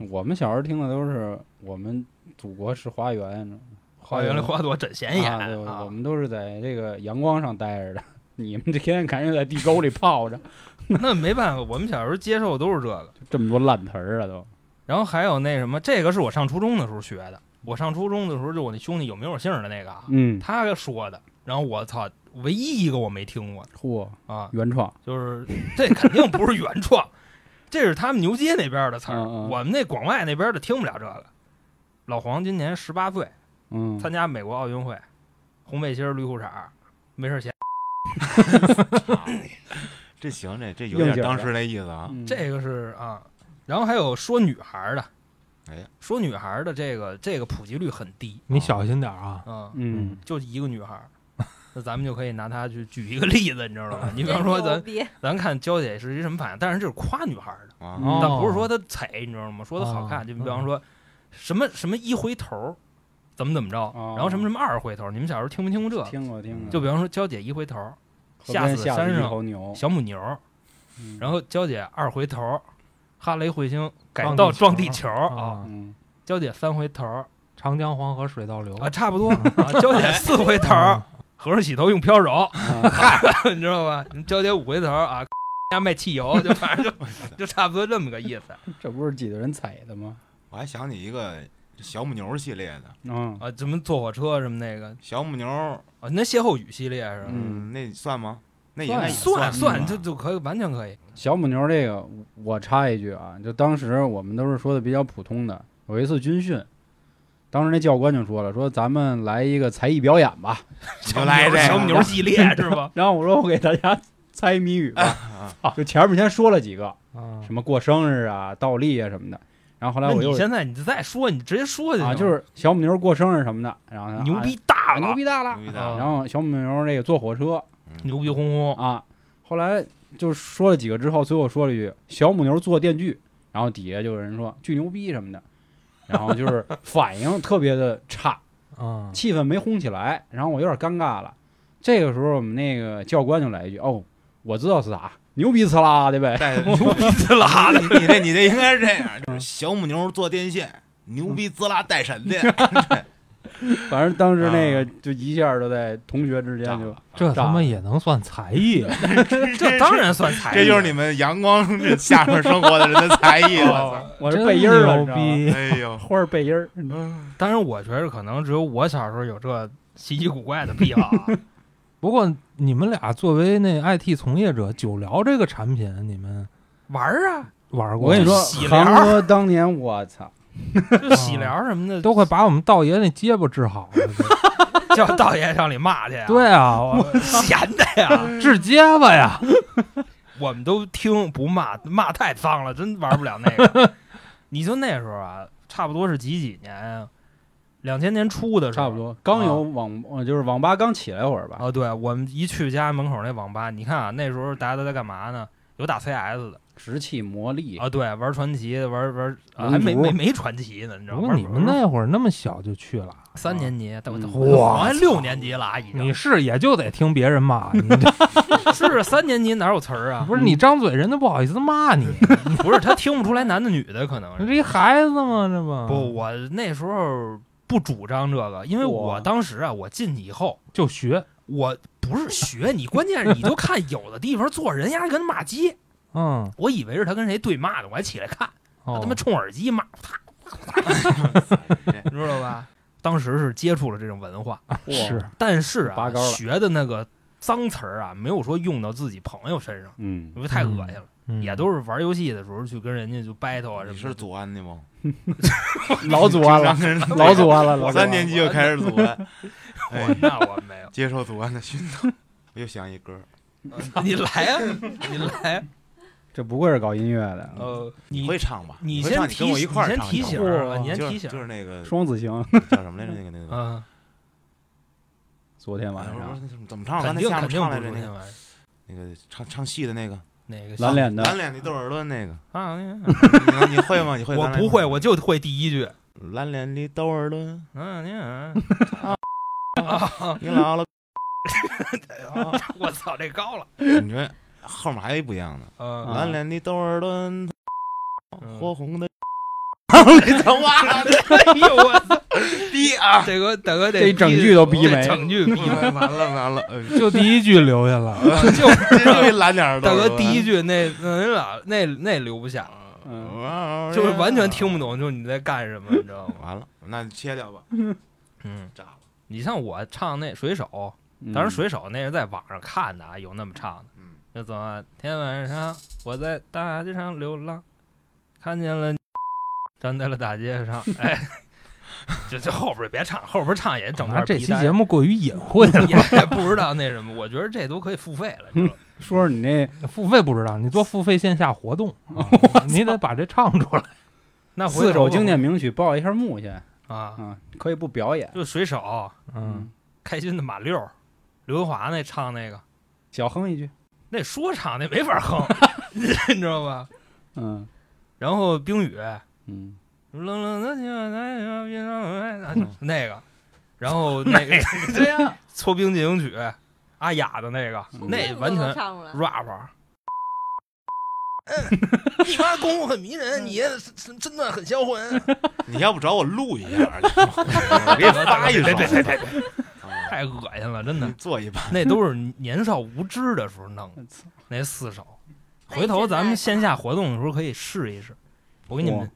A: 我们小时候听的都是我们祖国是花园，
B: 花园里花朵真显眼
A: 啊对，
B: 啊
A: 我们都是在这个阳光上待着的，你们这天天感觉在地沟里泡着，
B: 那没办法，我们小时候接受的都是这个。
A: 这么多烂词儿啊都。
B: 然后还有那什么，这个是我上初中的时候学的。我上初中的时候，就我那兄弟有名有姓的那个啊，
A: 嗯，
B: 他说的。然后我操，唯一一个我没听过
A: 嚯，
B: 的啊，
A: 原创，
B: 就是这肯定不是原创，这是他们牛街那边的词儿。
A: 嗯嗯
B: 我们那广外那边的听不了这个。老黄今年十八岁，
A: 嗯，
B: 参加美国奥运会，红背心儿绿裤衩儿，没事闲。
D: 啊这行，这这有
A: 应
D: 点
A: 景儿
D: 当
A: 的
D: 时那意思啊。
A: 嗯
B: 这个是啊，然后还有说女孩儿的，
D: 哎，
B: 说女孩儿的这个这个普及率很低，
E: 你小心点儿啊！
B: 啊，
A: 嗯
B: 就一个女孩儿， (laughs) 那咱们就可以拿她去举一个例子，你知道
A: (laughs)
B: 吗？你比方
C: 真
B: 说
C: 牛
B: 咱
C: (laughs) 逼
B: 咱看娇姐是一什么反应，但是这是夸女孩儿的，
D: 啊，
A: 嗯
B: 但不是说她踩，你知道吗？说她好看，
E: 哦
B: 就比方说什么什么一回头儿，怎么怎么着，
A: 哦
B: 然后什么什么二回头儿，你们小时候听没听过这个？
A: 听过听过，
B: 嗯就比方说娇姐一回头儿，
A: 河
B: 吓
A: 边
B: 死
A: 吓
B: 山
A: 一
B: 上
A: 头牛，
B: 小母牛儿，
A: 嗯
B: 然后娇姐二回头儿，哈雷彗星改
E: 撞
B: 道
E: 地
B: 撞
E: 球
B: 地球儿啊，
E: 啊，
A: 嗯
B: 娇姐三回头儿
E: 长江黄河水倒流
B: 啊，差不多啊，娇
D: 哎
B: 姐四回头
D: (laughs)
B: 儿，和尚洗头用飘柔，
A: 啊
B: 你知道吧？娇姐五回头儿啊，家卖汽油，就反正就
D: (laughs)
B: 就差不多这么个意思
A: 这不是几个人踩的吗？
D: 我还想起一个小母牛系列的，
A: 嗯，
B: 啊，什么坐火车什么那个
D: 小母牛，
B: 啊，那歇后语系列是吧？
A: 嗯
D: 嗯，那算吗？那也
A: 算
D: 也
B: 算
D: 算
B: 算，这就可以完全可以。
A: 小母牛这个，我插一句啊，就当时我们都是说的比较普通的。有一次军训，当时那教官就说了，说咱们来一个才艺表演 (laughs) 吧。
D: 你就来这个
B: 小母牛
D: (laughs)
B: 系列是吧？
A: 然后我说我给大家猜谜语 (laughs) 吧，啊就前面先说了几个，
E: 啊，
A: 什么过生日啊、倒立啊什么的。然后后
B: 那
A: 来我
B: 你
A: 又
B: 现在你再说，你直接说就
A: 啊，
B: 行
A: 就是小母牛过生日什么的，然后他
B: 牛逼大
A: 啊
B: 了，
A: 牛逼大了。
D: 牛逼
B: 啊
D: 大
A: 然后小母牛这个坐火车
B: 牛逼哄哄。
A: 啊，后来就说了几个之后，最后说了一句小母牛坐电锯，然后底下就有人说巨牛逼什么的，然后就是反应特别的 (laughs) 差，
E: 啊，
A: 气氛没烘起来，然后我有点尴尬了。这个时候我们那个教官就来一句：“哦，我知道是啥，牛逼死啦，对呗
D: 带哎牛逼滋啦的，你这你这应该是这样，就是小母牛坐电线，牛逼滋啦带闪电，？”
B: 嗯
A: 反正当时那个
D: 啊
A: 就一下就在同学之间就
E: 这他
A: 炸
E: 妈
A: 了
E: 也能算才艺？啊
B: 这当然算才艺，
D: 这
B: (laughs)
D: 就是你们阳光这下面生活的人的才艺，
B: 哦
D: 我
A: 我是
E: 真
A: 背音儿了，你
E: 牛
A: 知道吗
D: 操！
E: 逼！
D: 哎呦，
A: 花儿背音儿，
D: 嗯
B: 当然，我觉得可能只有我小时候有这稀奇古怪的癖好啊。
E: 不过你们俩作为那 IT 从业者，九聊这个产品你们
B: 玩儿啊，
E: 玩过吗？
A: 我跟你说
B: 洗，脸儿
A: 韩哥当年我操，
B: 就洗疗什么的，
E: (laughs) 都快把我们道爷那结巴治
B: (laughs)
E: 好了都。
B: 叫 (laughs) 道爷上里骂去啊。
E: 对，
B: (laughs)
E: 啊，我
B: 闲的
E: (laughs)
B: 呀，
E: 治结巴呀！
B: (laughs) 我们都听不骂，骂太脏了，真玩不了那
E: (laughs)
B: 个。你就那时候啊，差不多是几几年啊？两千年初的时候，
A: 差不。多啊刚有网，呃就是网吧刚起来会儿吧，
B: 哦，对，我们一去家门口那网吧，你看啊，那时候大家都在干嘛呢？有打 CS 的
A: 石器魔力
B: 啊，对，玩传奇，玩玩，啊
A: 龙
B: 还没
A: 族
B: 没没传奇呢，你知道
E: 不
B: 吗？
E: 过
B: 玩
E: 你们那会儿那么小就去
B: (laughs)
E: 了，
B: 三年级，但
A: 嗯
B: 我好
E: 哇
B: 像六年级了啊，已
E: 你
B: 经
E: 是也就得听别
B: (laughs)
E: 人骂你，这
B: 是三年级哪有词儿啊？
E: 不是你张嘴人都不好意思骂
B: (laughs)
E: 你，
B: 不是他听不出来男的女的，可能
E: 你
B: 是
E: 这一孩子嘛，这不
B: 不，我那时候不主张这个，因为
A: 哇
B: 我当时啊，我进去以后，
E: 就学，
B: 我不是学你，关键是你就看有的地方坐人家跟骂街，
E: 嗯，
B: 我以为是他跟谁对骂呢，我还起来看，啊他
E: 哦
B: 他妈冲耳机骂，啪你知道吧？当时是接触了这种文化，
A: 哇
E: 是，
B: 但是
A: 拔
B: 啊，
A: 高了
B: 学的那个脏词儿啊，没有说用到自己朋友身上，
A: 嗯
B: 因为太恶心了。
E: 嗯
B: 也都是玩游戏的时候去跟人家就 battle 啊什么的。
D: 你是祖安的吗？
A: (laughs) 老祖安
D: (laughs)
A: 了，
D: 了
A: 老祖安了，老
D: 我
A: 祖安
D: 三
A: 了
D: 年级就开始祖安，哎
B: 我那我没
D: (laughs)
B: 有，
D: 接受祖安的熏陶。我又想一歌儿，
B: 你来啊， (laughs) 你来啊，
A: 这不愧是搞音乐的，
B: 呃，
D: 你
B: 你
D: 会唱吧？
B: 你
D: 会
B: 先
D: 唱，你
B: 提
D: 跟我一块儿
B: 你先
D: 唱一
B: 提
D: 首
B: 醒
E: 吧
B: 啊，你先
D: 就是
B: 提
D: 就
B: 醒，
D: 是那个
A: 双子星， (laughs)
D: 叫什么来着？那个那个，
B: 嗯，
A: 昨天晚
D: 哎不是不
A: 上
D: 是那怎么怎么唱？
B: 肯
D: 刚才
B: 定
D: 下
B: 肯
D: 面
B: 定不
D: 唱来
B: 是
D: 着那
B: 那
D: 个
B: 玩意儿，
D: 那个唱唱戏的那个
B: 那个
A: 蓝脸的
D: 蓝脸的豆耳朵那个，
B: (laughs) 啊，
D: 你你会吗？你会？
B: 我不会，。我就会第一句，
D: 蓝脸的豆耳朵，
B: 嗯，你啊
D: 你老了。
B: (laughs) 我操，这高了，
D: (laughs) 你觉得后面还有一不一样的？
B: 嗯，
D: 蓝脸的豆耳朵，
B: 嗯
D: 火红的。你他妈的
B: (laughs) 哎呦我操，
D: 逼啊！
B: 这个大哥得
A: 这一整句都逼没
B: 这整
D: (laughs)
B: 句逼没
D: 完了完了，哎
E: (laughs) 就第一句留下了，
B: 就
D: 这
B: (laughs)
D: 就一蓝脸儿的
B: 大
D: 豆耳
B: 哥
D: 朵。
B: 第一句那那俩那那留不下，
A: 嗯
D: 嗯，
B: 就是完全听不懂，就是你在干什么，你知道吗？
D: 完了，那你切掉吧，
B: 嗯，
D: 炸了。
B: 你像我唱那水手，嗯当
A: 嗯
B: 时水手那是在网上看的啊，有那么唱的，
D: 嗯，
B: 就怎么天晚上我在大街上流浪，看见了站在了大街上，哎，这这后边儿别唱，后边儿唱也整
E: 啊
B: 段
E: 这期节
B: 目
E: 目过于隐晦了，
B: (laughs) 也不知道那什么，我觉得这都可以付费了。你知道吗
A: 说说你那
E: 付费不知道，你做付费线下活动，啊你得把这唱出来。
B: 那回
A: 四
B: 头
A: 首
B: 我
A: 经典名曲报一下幕去啊，
B: 啊，
A: 可以不表演。
B: 就水手、
E: 嗯，，
B: 开心的马六、刘德华那唱那个，
A: 小哼一句，
B: 那说唱那没法哼， (laughs) 你知道吧？
A: 嗯
B: 然后冰雨，
A: 嗯，
B: 冷冷的情，那个，然后那个嗯 (laughs) 对呀，搓冰进行曲，阿雅的那个，
A: 嗯
B: 那完
C: 都能
B: 全
C: 唱出来。
B: rap。你妈功夫很迷人，你真的很销魂。
D: 你要不找我录一下，我给你发一
B: 对对对
D: 首，
B: 对，对 (laughs)
D: 啊
B: 太恶心了，真
D: 你
B: 的。
D: 做一把。
B: (laughs) 那都是年少无知的时候弄的，那四首。回头咱们线下活动的时候可以试一试。我给你们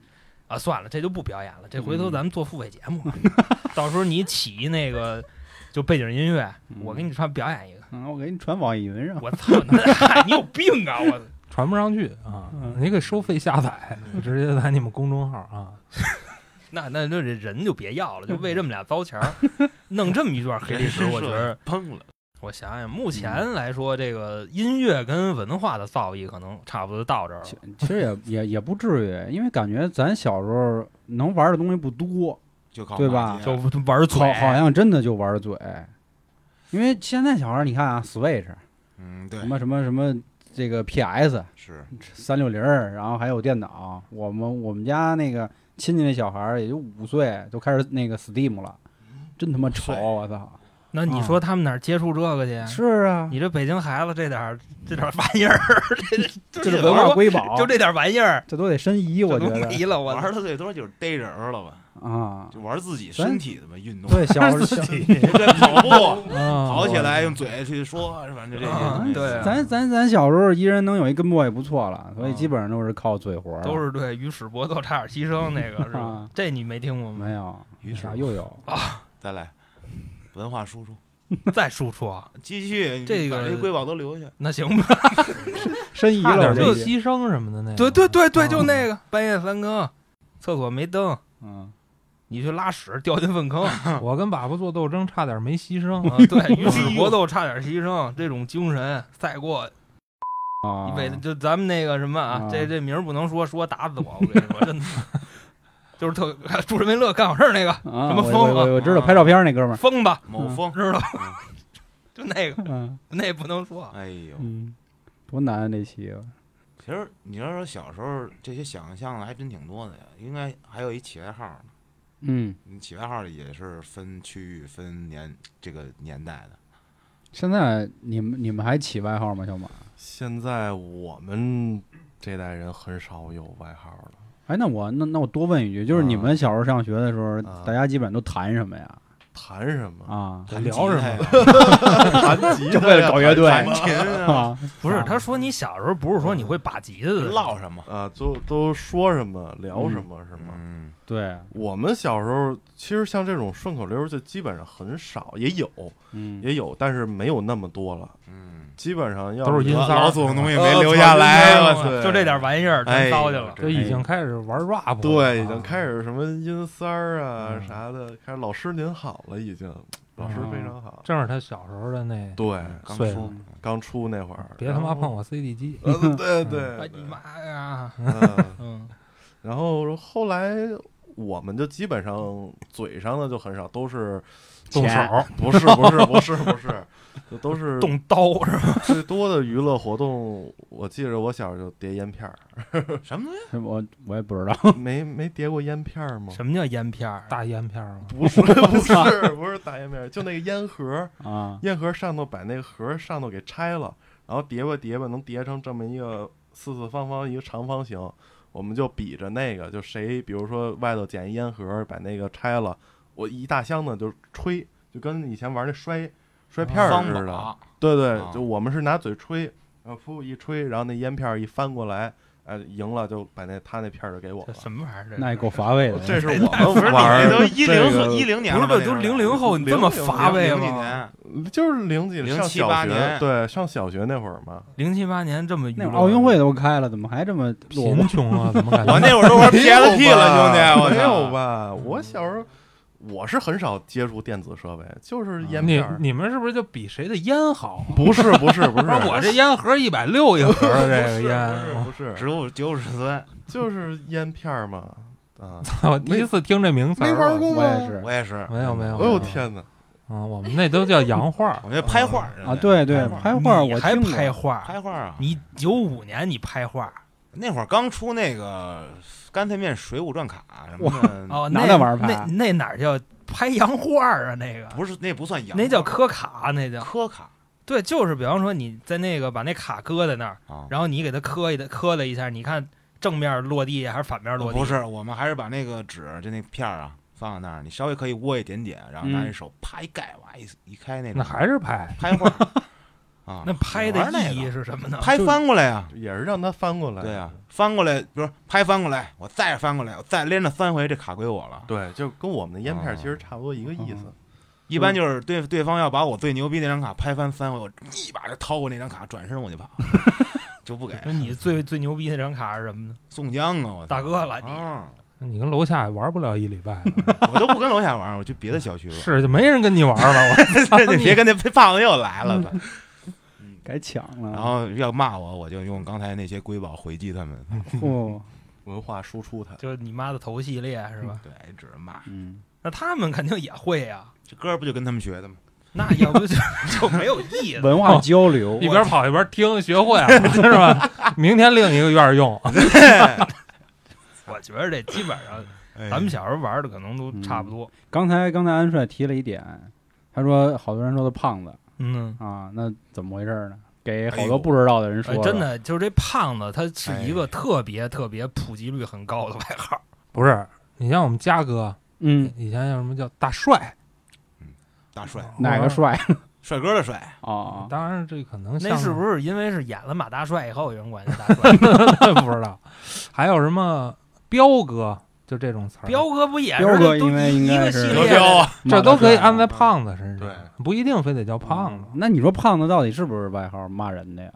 B: 啊，算了，这就不表演了。这回
A: 嗯
B: 头咱们做付费节
A: (laughs)
B: 目，到时候你起那个就背景音乐，我给你传表演一个。
A: 嗯，我给你传网易云上。
B: 我操，那 (laughs) 你有病啊！
A: (laughs)
B: 我
E: 传不上去啊
A: 嗯，
E: 你给收费下载，你直接在你们公众号啊，
B: 那那那这人就别要了，就为这么俩糟
A: (laughs)
B: 钱儿，弄这么一段黑历史，我觉
D: (laughs)
B: 得
D: 崩了，
B: 我想想，目
A: 嗯
B: 前来说，这个音乐跟文化的造诣可能差不多到这儿了
A: 其。其实也也也不至于，因为感觉咱小时候能玩的东西不多，
D: 就靠
A: 对吧
D: 马街
B: 就玩嘴
A: 好，好像真的就玩嘴。因为现在小孩儿，你看啊，Switch
D: 嗯，对
A: 什，么什么什么，这个 PS
D: 是
A: 三六零，然后还有电脑。我们我们家那个亲戚那小孩儿也就五岁，就开始那个 Steam 了，真他妈吵！
D: 五岁
A: 我操！
B: 那你说他们哪儿接触这个去？
A: 嗯是啊，
B: 你这北京孩子这点儿这点儿玩意儿，这
A: 这是文化瑰宝，
B: 就这点儿玩意儿，
A: 这都得申遗，我觉
B: 这都
A: 得
B: 没了。我
D: 玩的最多就是逮人儿了吧，
A: 啊，
D: 就玩自己身体的吧运动， (laughs)
A: 对，小小
D: 对，跑步
E: 啊
D: 跑起来，用嘴去说，反正就这
B: 啊
D: 些。
B: 对
A: (laughs)
B: 啊
A: 咱咱咱小时候一人能有一根波也不错了，所以基本上都是靠嘴活儿，
B: 都是对鱼屎搏斗差点牺牲那个是吧
A: 啊？
B: 这你没听过吗？
A: 没有，
D: 于是
A: 啥又有，
D: 再来，文化输出，
B: 再输出啊，
D: 继续你
B: 这个
D: 把这瑰宝都留下。
B: 那行吧？
A: 申遗
E: 差点
A: 了
E: 被
A: 这些，
E: 牺牲什么的那
A: 嗯
E: 个。
B: 对对对对，就那个半夜三更，厕所没灯，
A: 嗯，
B: 你去拉屎掉进粪坑。
A: 哎
E: 我跟粑粑做斗争，差点没牺牲。
B: 啊，对，与世搏斗差点牺牲，这种精神赛过，
A: 啊，
B: 为了就咱们那个什么啊
A: 啊，
B: 这这名儿不能说，说打死我，我跟你说，真的， (laughs) 就是特助人为乐干好事儿那个
A: 啊
B: 什么
A: 我
B: 风啊
A: 我我我知道拍照片那哥们
B: (laughs)
A: 儿，
B: 疯吧，
D: 某峰，
B: 嗯
D: 嗯
B: 知道吧？就那个，
A: 嗯
B: 那不能说，
D: 哎呦，
A: 嗯，多难啊这期啊，
D: 其实你要说小时候这些想象的还真挺多的呀，应该还有一起外号呢。
A: 嗯，
D: 你起外号也是分区域、分年这个年代的。
A: 现在你们你们还起外号吗，小马？
F: 现在我们这代人很少有外号了。
A: 哎，那我那那我多问一句，就是
F: 啊
A: 你们小时候上学的时候，
F: 啊
A: 大家基本都谈什么呀？
F: 谈什么？
A: 啊，
D: 弹
E: 聊
D: 吉
E: 什么
D: 他呀？
F: 弹吉
A: 就为了搞乐
D: (laughs)
A: 队
D: 弹琴
B: (laughs)
D: 啊，
A: 啊，
B: 不是，他说你小时候不是说你会把吉子的，
D: 嗯唠什么？
F: 啊，都都说什么聊什么是吗？
D: 嗯，
A: 对，
F: 我们小时候其实像这种顺口溜儿就基本上很少，也有
A: 嗯，
F: 也有，但是没有那么多了。
D: 嗯，
F: 基本上要
E: 都是
F: 是
E: 阴
D: 老
E: 三儿
D: 老祖宗也
F: 呃
D: 没留下来，
F: 操
D: 我
F: 阴三
D: 操
F: 儿！对
B: 就这点玩意儿全糟去
D: 哎
B: 了
D: 呦。
E: 这已经开始玩 rap，了
F: 对，已
E: 啊
F: 经开始什么阴三儿啊
E: 嗯
F: 啥的，开始老师您好了，已经老师
E: 哦
F: 非常好。
E: 正是他小时候的那，
F: 对，
D: 刚
E: 碎
D: 说
A: 了
F: 刚出那会儿，
E: 别他妈
F: 然后
E: 碰我 CD 机。
F: (laughs) 呃，对对，
B: 哎，你妈呀！ (laughs)
F: 对！
B: 嗯，
F: 嗯然后后来我们就基本上嘴上的就很少，都是 (laughs)
A: 动
F: 钱，不是不是不是不是，就都是
B: 动刀是吧？
F: 最多的娱乐活动。我记着我小时候就叠烟片 (laughs) 儿，
D: 什么东西？
A: 我我也不知道，
F: 没没叠过烟片儿吗？
B: 什么叫烟片儿？啊
E: 大烟片儿嘛，
F: 不是不是不是大烟片儿，就那个烟盒儿，
A: 啊，
F: 烟盒上头把那个盒儿上头给拆了，然后叠吧叠吧，能叠成这么一个四四方方一个长方形。我们就比着那个，就谁，比如说外头捡一烟盒，把那个拆了，我一大箱子就吹，就跟以前玩那摔摔片儿
D: 方
F: 似的。
D: 宝
F: 对对
D: 啊，
F: 就我们是拿嘴吹，然后噗一吹，然后那烟片儿一翻过来，哎，赢了就把那他那片儿就给我
B: 这
F: 了。
B: 什么玩意儿？这
A: 那也够乏味的。
F: 这是我们
D: 不是你
F: 玩
D: 那
F: 儿
D: 都
F: 的
D: 一
F: 这
D: 零
F: 个
D: 一零年
B: 不
D: 了
B: 是
D: 吧，
B: 不是都零零后你这么乏味
D: 零几
B: 吗？
D: 年，
F: 就是零几
D: 零
F: 上
D: 七
F: 小
D: 八
F: 学
D: 年
F: 对上小学那会儿嘛，
B: 零七八年这么娱
A: 那
B: 乐
A: 会儿奥运会都开了，怎么还这么落伍
E: 贫穷啊，怎么感觉？
F: (laughs)
D: 我那会儿都玩 PSP 了，兄弟，我
F: 没有
D: 操！
F: 哎吧？我小时候我是很少接触电子设备，就是烟
E: 你
F: 片儿。
E: 你们是不是就比谁的烟好啊？
F: 不是不是不是，
E: 不是我这烟盒一百六一盒儿，这个
F: 不是
E: 烟，
F: 不是，
D: 植物九十酸，
F: 就是烟片儿嘛啊，
E: (laughs) 我第一次听这名词儿，
F: 没玩过
A: 我
F: 吗？
A: 也是
D: 我也是，嗯
E: 没有没有，
F: 哎呦天哪！
E: 啊，我们那都叫洋画儿
D: 我觉得拍画儿
A: 啊，，对对，拍画儿
B: 你
A: 我
B: 还
A: 听过
B: 拍画儿，
D: 拍画儿啊，
B: 你九五年你拍画儿
D: 那会儿刚出那个干脆面《水浒传》卡什么的，
B: 哦，
A: 拿
B: 那
A: 那玩意儿拍
B: 那那哪儿叫拍洋画儿啊？那个
D: 不是那不算洋画儿，
B: 那叫科卡，啊那叫
D: 科卡
B: 对，就是比方说你在那个把那卡搁在那儿，
D: 啊。
B: 然后你给它磕一磕了一下，你看正面落地还是反面落地？
D: 哦不，是，我们还是把那个纸就那片儿啊放在那儿，你稍微可以窝一点点，然后拿
A: 嗯
D: 一手啪一盖，哇一一开那种，
E: 那还是拍，
D: 拍
B: (laughs)
D: 画儿啊？
B: 那拍
D: 玩
B: 的
D: 儿那
B: 意义
D: 个
B: 是什么
D: (laughs)
B: 呢？
D: 拍翻过来呀、
F: 也是让他翻过来。
D: 对啊呀、翻过来，比如说拍翻过来，我再翻过来，我再连着三回，这卡归我了。
F: 对，就跟我们的烟片儿其实差不多一个意
A: 嗯
F: 思。
D: 一般就是对对方要把我最牛逼那张卡拍翻三回，我一把就掏过那张卡，转身我
B: (laughs)
D: 就跑，就不给
B: 那你最最牛逼那张卡是什么呢？
D: 宋江啊！我操
B: 大哥了，你
D: 啊，
E: 你跟楼下也玩不了一礼拜了，
D: 我都不跟楼下玩儿，我去别的
B: (laughs)
D: 小区了。
E: 是就没人跟你玩了。我
D: 你别跟那胖子又来
B: 嗯
D: 了吧。
A: 该抢了。
D: 然后要骂我，我就用刚才那些瑰宝回击他 (laughs) 们。
A: (laughs) 不，
F: 文化输出它，
B: 就你妈的头系列是吧？
D: 对，只是骂。
A: 嗯，
B: 那他们肯定也会呀，
D: 这歌不就跟他们学的吗？
B: 那要不就 (laughs) 就没有意思。
A: 文化交流，
E: 一边跑一边听，学会了 (laughs) 是吧？明天另一个院儿用，
B: 我觉得这基本上
D: 哎
B: 咱们小时候玩的可能都差不多。
A: 刚才刚才安帅提了一点，他说好多人说他胖子
B: 嗯，
A: 啊，那怎么回事呢？给好
D: 哎
A: 多
D: 呦
A: 不知道的人说
B: 哎
A: 了、
B: 真的就是这胖子，他是一个特别特别普及率很高的外号。
E: 不是？你像我们嘉哥，
A: 嗯，
E: 以前叫什么叫大帅，
D: 大帅，
A: 哪个？帅
D: 帅哥的帅，
A: 哦，
E: 当然，这可能
B: 啊那
E: 像
B: 是不是因为是演了马大帅以后，有人管叫大帅？
E: (laughs) 不知道？还有什么彪哥，就这种词儿，
B: 彪哥不也是
A: 彪哥
B: 都
A: 因为
B: 一
A: 应
B: 一
A: 该
B: 个
A: 是
B: 系
A: 德
B: 列的？
E: 这都可以
A: 按
E: 安在胖子身上，
F: 对，
E: 不一定非得叫胖
B: 嗯
E: 子，
A: 啊嗯那你说胖子到底是不是外号骂人的呀？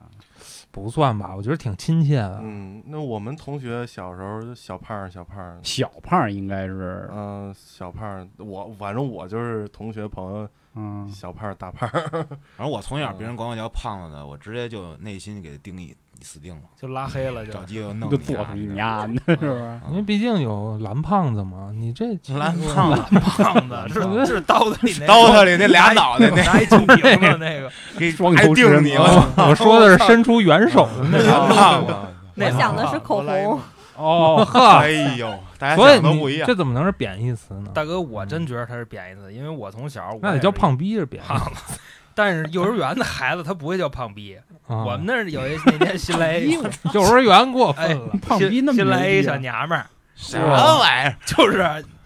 E: 不算吧？我觉得挺亲切
B: 啊
E: 的。
F: 嗯，那我们同学小时候就小胖儿小胖儿，
A: 小胖应该是，
F: 嗯、小胖儿，我反正我就是同学朋友
A: 嗯，
F: 小胖儿大胖儿， (laughs)
D: 反正我从小别人管我叫胖子的，我直接就内心给他定义，你死定了，
B: 就拉黑
A: (laughs)
B: 了，就
D: 找机会弄
A: 就
D: 你
A: 做
D: 啊嗯
A: 你
D: 你知道吗
A: 丫的，是不是？
E: 因为毕竟有蓝胖子嘛，你这
B: 哎
D: 蓝胖子，
B: 胖子是是刀子里那
D: (laughs) 刀子里那俩脑袋那
B: (laughs) 拿一酒瓶子那个，
D: 给
A: 双
D: 还
A: 头狮
D: 定你，
A: 子
D: (laughs) 我
E: (laughs) 我说的是伸出援手的
B: (laughs)
E: 那
D: 蓝胖
E: 个。
D: 子。
B: 那
C: 我想的是口
F: 我来一
C: 红，
E: 哦呵，
D: 哎呦，大家
E: 所以
D: 想的不一
E: 你
D: 样
E: 这。怎么能是贬义词呢？
B: 大哥，我真觉得他是贬义词，因为我从小我
E: 那
B: 也
E: 得
B: 是
E: 叫胖逼是贬义。
B: 胖子，但是幼儿园的孩子他不会叫胖逼。
E: 啊
B: 我们那儿有一那天新来一
E: (laughs) 幼儿园过
B: 哎
E: 分了，
A: 胖逼那么牛
B: 新来一
A: 逼
B: 小
A: 啊，
B: 娘们儿，
D: 什么玩意儿？
B: (laughs) 就是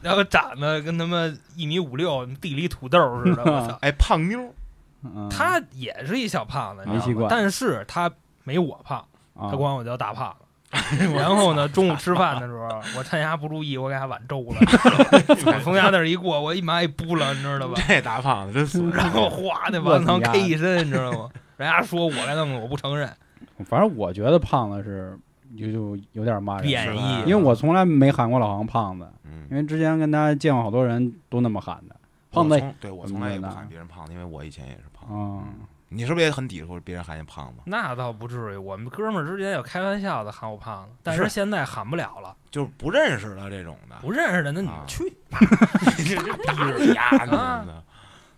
B: 然后长得跟他妈一米五六地里土豆似的，
D: (laughs)
B: 我操！
D: 哎，胖妞，
A: 嗯
B: 他也是一小胖子，你
A: 没
B: 知
A: 习
B: 道吗
A: 惯？
B: 但是他没我胖，
A: 啊
B: 他管我叫大胖子。然后呢，中午吃饭的时候，我趁丫不注意，我给他碗粥了。我从丫那儿一过，我一妈一扑棱，你知
D: (laughs)
B: 道吧？
D: 这哎大胖子真损。
B: 然后哗，那碗汤 K 一身，你知道吗？人家说我该弄的，我不承认，
A: 反正我觉得胖子是就就有点骂人，
B: 贬
D: 是吧
B: 义。
A: 哎
B: 啊
A: 因为我从来没喊过老王胖子，因
D: 嗯，
A: 为之前跟大家见过好多人都那么喊的，胖
D: 我
A: 子
D: 从对我从来也不喊别人胖子，因为我以前也是胖子。
A: 啊，
D: 你是不是也很抵触别人喊你胖子？
B: 那倒不至于，我们哥们儿之间有开玩笑的喊我胖子，但是
D: 是
B: 现在喊不了了，
D: 就是不认识的这种的，
B: 不认识的那你
D: 啊 (laughs)
B: 去
D: 这这逼 (laughs) 呀
B: 啊
D: 的。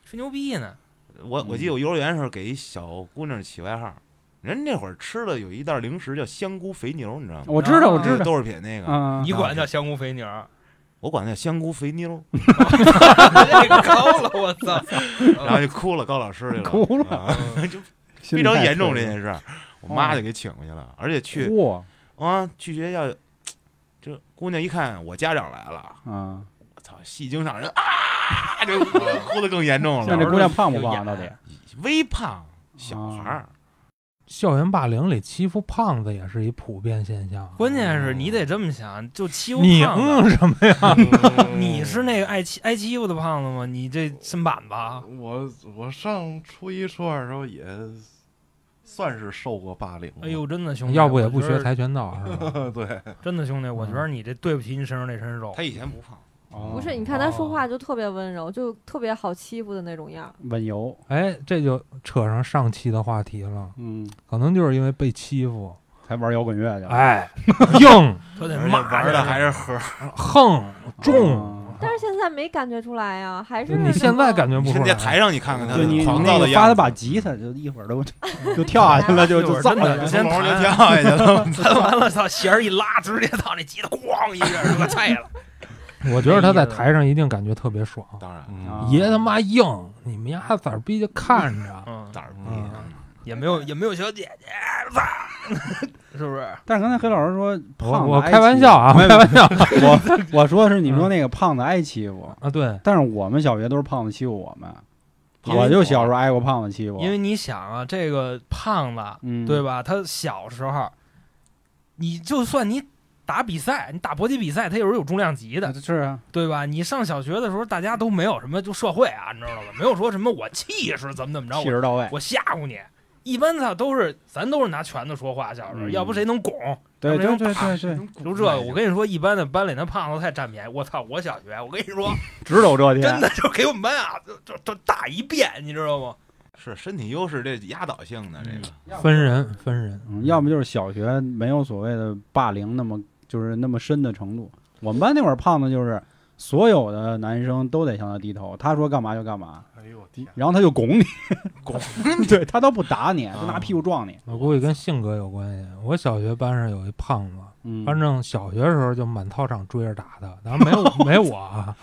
B: 吹牛逼呢？
D: 我我
A: 嗯
D: 记得我幼儿园的时候给一小姑娘起外号，人那会儿吃的有一袋零食叫香菇肥牛，你知道吗？
A: 我知道我
D: 就
A: 知
D: 是
A: 道
D: 豆制品那个，
A: 啊，
B: 你
A: 嗯
B: 管叫香菇肥牛， (laughs)
D: 我管它叫香菇肥妞，
B: 这个哎高了，我操！
D: (laughs) 然后就哭了，高老师去了，
A: (laughs) 哭了
D: 啊， (laughs) 就
A: (laughs) 心
D: 非
A: 态
D: 常严重
A: 特
D: 这
A: 别
D: 件事儿，我
A: 哦
D: 妈就给请回去了，而且去
A: 哇
D: 啊，去学校，这姑娘一看我家长来了，
A: 啊，
D: 我操，戏精上人啊，就哭得哭得更严重
A: 像这
D: 了，
A: 姑娘胖不胖到底？
D: 微胖小孩儿，
E: 校园霸凌里欺负胖子也是一普遍现象。啊
B: 关键是你得这么想，就欺负
E: 你
B: 胖子
E: 嗯什么呀？
D: 嗯
B: 你是那个爱欺爱欺负的胖子吗？你这身板吧，
F: 我我上初一初二的时候也算是受过霸凌。
B: 哎，
D: 嗯
B: 呦，真的兄弟，
E: 要不也不
B: 我
E: 学
B: 觉得 (laughs)
E: 跆拳道是吧？
F: 对，
D: 嗯
B: 真的兄弟，我觉得你这对不起你身上那身肉
D: 她。以前不胖，
A: 哦
C: 不是，你看他说话就特别温柔，就特别好欺负的那种样儿。
A: 稳游，
E: 哎，这就扯上上期的话题了，
A: 嗯，
E: 可能就是因为被欺负，
A: 才玩摇滚乐去了。
E: 哎，硬、
B: 他得
D: 而且
B: 骂
D: 玩的
B: 人
D: 还是盒，
E: 横、
B: 哦
E: 重。
A: 啊
C: 但是现在没感觉出来呀、还是
E: 你现在感觉不
D: 现
E: 出
D: 在
E: 来，
D: 台上你看看他
A: 就你你
D: 狂
A: 那
D: 躁
A: 个发
D: 的
A: 他
D: 样子，
A: 把吉他，就一会
C: (laughs)
A: 儿都就跳下去了，就就
B: 真
A: 上
B: 的
A: 来了。
B: 先
D: 从楼就
B: 弹
D: 跳下去了。 (laughs)
B: 弹 (laughs) 完了，操，弦儿一拉，直接到那吉他咣一下就给菜了。
E: 我觉得他在台上一定感觉特别
B: 哦
E: 爽。
D: 当然，
A: 啊
E: 爷他妈硬，你们丫崽儿逼就
B: (laughs)
E: 看着，
D: (laughs)
B: 嗯，
D: 胆儿不啊
E: 嗯
D: 大
B: 也没有也没有小姐姐，操 (laughs) 是不是？
A: 但是刚才黑老师说
E: 我
A: 胖子
E: 我
A: 挨
E: 开玩
A: 欺
E: 笑啊，
A: 负
E: 开玩笑
A: (laughs) 我我说的是你们说
E: 嗯
A: 那个胖子挨欺负，
E: 啊，对，
A: 但是我们小学都是胖子欺负我们，
B: 因为
A: 我就小时候挨过胖子欺负，
B: 因为你想啊，这个胖子，
A: 嗯
B: 对吧？他小时候，你就算你打比赛，你打搏击比赛，他有时候有重量级的，
A: 是啊，
B: 对吧？你上小学的时候，大家都没有什么就社会啊，你知道吗？没有说什么我气势怎么怎么着，
A: 气
B: 我
A: 势到位，
B: 我吓唬你。一般他都是咱都是拿拳头说话，小时候，
A: 嗯
B: 要不谁能拱？
A: 对
B: 要不
A: 对对
B: 然
A: 对对，
B: 就这，我跟你说，一般的班里那胖子太占便宜。我操！我小学，我跟你
A: (laughs)
B: 说，
A: 直走这
B: 真
A: 天，
B: 的就给我们班啊，就就就打一遍，你知道吗？
D: 是身体优势这压倒性的这个，
E: 分人分人，
A: 嗯要么就是小学没有所谓的霸凌那么就是那么深的程度，我们班那会儿胖子就是。所有的男生都得向他低头，他说干嘛就干嘛，
F: 哎呦我天，
A: 然后他就拱你，
D: 拱，
A: (laughs) 对他都不打你，他拿屁股撞你，
E: 我估计跟性格有关系。我小学班上有一胖子，
A: 嗯，
E: 反正小学的时候就满操场追着打他，然后没
B: (laughs)
E: 有没我啊，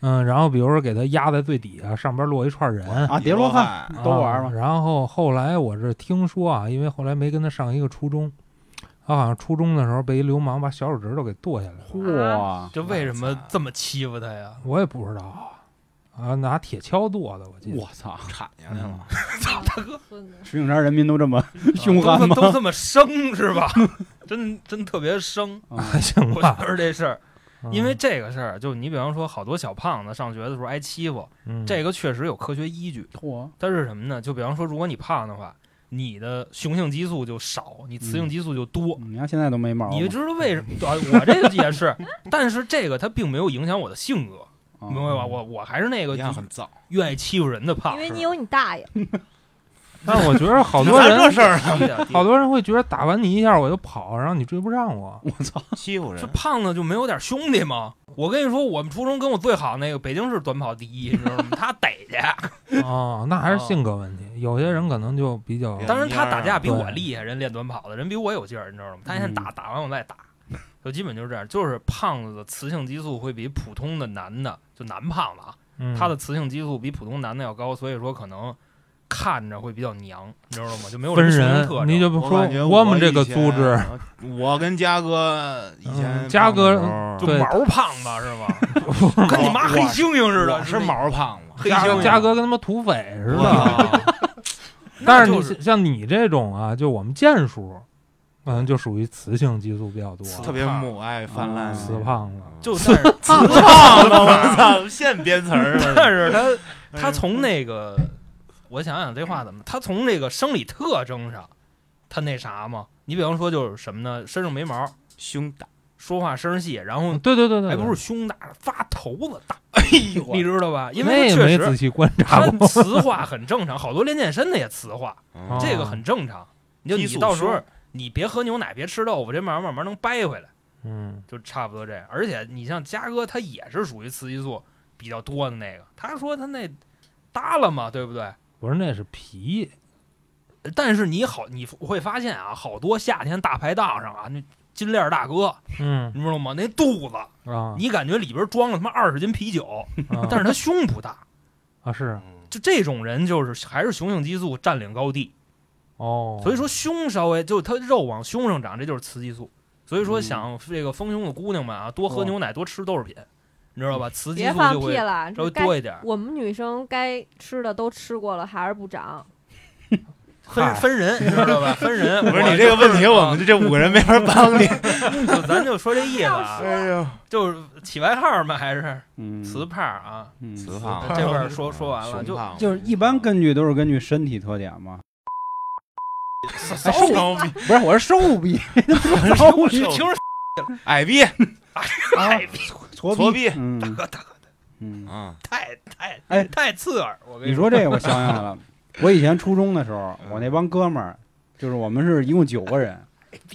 E: 嗯，然后比如说给他压在最底下，上边落一串人，
A: 啊叠罗汉
D: 汉，
A: 都玩
E: 啊
A: 嘛，
E: 然后后来我是听说啊，因为后来没跟他上一个初中，他好像初中的时候被一流氓把小手指头给剁下来了，
C: 啊
A: 哇，
B: 这为什么这么欺负他呀？
E: 我也不知道啊，啊，拿铁锹剁的，我记得。
A: 我操，
D: 铲下来了。
C: 操
B: 大哥，
C: 孙子
A: 石景山人民都这么 (laughs) 凶悍
B: 都
A: 吗？
B: 都这么生是吧？ (laughs) 真真特别生。
A: 啊
E: 行
B: 我
E: 吧
B: 觉，得这事儿，
E: 嗯
B: 因为这个事儿，就你比方说，好多小胖子上学的时候挨欺负，
E: 嗯
B: 这个确实有科学依据。
A: 嚯，
B: 但是什么呢？就比方说，如果你胖的话，你的雄性激素就少，你雌
E: 嗯
B: 性激素就多。
A: 嗯你看现在都没毛嘛，
B: 你知道为什么？啊我这个也是， (laughs) 但是这个它并没有影响我的性格，
A: 啊
B: 明
E: 嗯
B: 白吧？我我还是那个
D: 一样很燥，
B: 愿意欺负人的胖
C: 因
B: 子。
C: 为你有你大爷，
E: 但是我觉得
B: (laughs)
E: 好多
D: 咋这
E: 人，
D: 事儿呢？
B: 低点低点
E: (laughs) 好多人会觉得打完你一下我就跑，然后你追不上
B: (laughs)
E: 我。
A: 我操，
D: 欺负人
B: 这，胖子就没有点兄弟吗？我跟你说，我们初中跟我最好那个北京市短跑第一，你知道吗？他逮去，
E: 哦，那还是性格问题。有些人可能就比较，
D: 对嗯
B: 当然他打架比我厉害，人练短跑的人比我有劲儿，你知道吗？他先打，打完我再打，就基本就是这样。就是胖子的雌性激素会比普通的男的，就男胖子啊，
E: 嗯
B: 他的雌性激素比普通男的要高，所以说可能看着会比较娘，你知道吗？就没有什
E: 分
B: 么雄性
E: 人
B: 特，
E: 你
B: 征。
E: 就
D: 我感觉
E: 说我们这个
D: 以前
E: 组
B: (laughs)
E: 织，，
D: 我跟嘉哥以前
E: 嗯嘉哥
D: 胖的时
B: 就
D: 候
E: 对
B: 毛胖子是吗？
D: (laughs)
B: 跟你妈黑猩猩似
D: 我
B: 的，
D: 是
B: 那
D: 毛胖子，
B: 黑
E: 嘉
B: 猩
E: 哥
B: 猩。
E: 嘉哥跟他妈土匪似的。
B: 啊
E: 但是
B: 那就
E: 你
B: 是
E: 像你这种啊，就我们剑术，嗯，就属于雌性激素比较多，
D: 特别母爱泛
A: 嗯
B: 哎
D: 滥，
E: 雌胖子。
B: 就但是
D: (laughs) 胖子，我操，现编词儿
B: (laughs) 但是
D: 了。
B: 他他从那个，我想想这话怎么，他从那个生理特征上，他那啥嘛，你比方说就是什么呢，身上没毛，
D: 胸大，
B: 说话声细，然后
E: 对对对对，
B: 还哎不
E: 对
B: 是胸大，发头子大，
D: 我
B: 你知道吧？因
E: 哎那
B: 为
E: 也
B: 他确
E: 没仔
B: 实
E: 细观察
B: 他
E: 过。
B: 磁化很正常，好多练健身的也磁化，
E: 哦
B: 这个很正常。你就
D: 激
B: 你
D: 素
B: 到时候
D: 胸
B: 你别喝牛奶，别吃豆腐，这慢慢慢慢能掰回来。
E: 嗯，
B: 就差不多这样。而且你像嘉哥，他也是属于雌激素比较多的那个。他说他那耷拉嘛，对不对？
E: 我说那是皮，
B: 但是你好，你会发现啊，好多夏天大排档上啊，那金链大哥，
E: 嗯
B: 你知道吗？那肚子，
E: 啊，
B: 你感觉里边装了他妈二十斤啤酒，
E: 啊
B: 但是他胸不大。
E: 啊是
B: 就这种人，就是还是雄性激素占领高地，
E: 哦，
B: 所以说胸稍微就他肉往胸上长，这就是雌激素。所以说，
E: 嗯
B: 想这个丰胸的姑娘们啊，多
E: 哦
B: 喝牛奶，多吃豆制品，你知道吧？雌激
C: 别
B: 素
C: 放
B: 就
C: 屁
B: 会
C: 了，
B: 稍
C: 这
B: 微
C: 该
B: 多一点。
C: 我们女生该吃的都吃过了，还是
B: (laughs)
C: 不长。
B: 分
E: 嗨
B: 分人，你知道吧？ (laughs) 分人。
D: 不是
B: (laughs) 我
D: 你这个问题，我们
B: 就啊
D: 这五个人没法帮你。
B: 就咱就说这意思啊，
D: 哎呦，
B: 就是起外号嘛，还是
A: 嗯，
B: 词牌儿啊？
A: 嗯
D: 雌胖
B: 这会儿说说完了，就
A: 就是一般根据都是根据身体特点
B: (laughs)
A: 嘛，哎
B: 骚
C: (laughs)
B: 逼，
D: 高逼，
A: 不是，我是瘦逼，瘦逼
B: 听着
D: 矮逼，
B: 矮逼，
A: 矬
D: 矬
A: 逼
D: 逼，
A: 嗯
B: 大哥大哥，
A: 嗯，
D: 啊，
B: 太太
A: 哎
B: 太刺耳！我跟
A: 你说这个我想起来
B: (laughs)
A: 了，我以前初中的时候，我
B: 嗯
A: 那帮哥们儿，就是我们是一共九个人，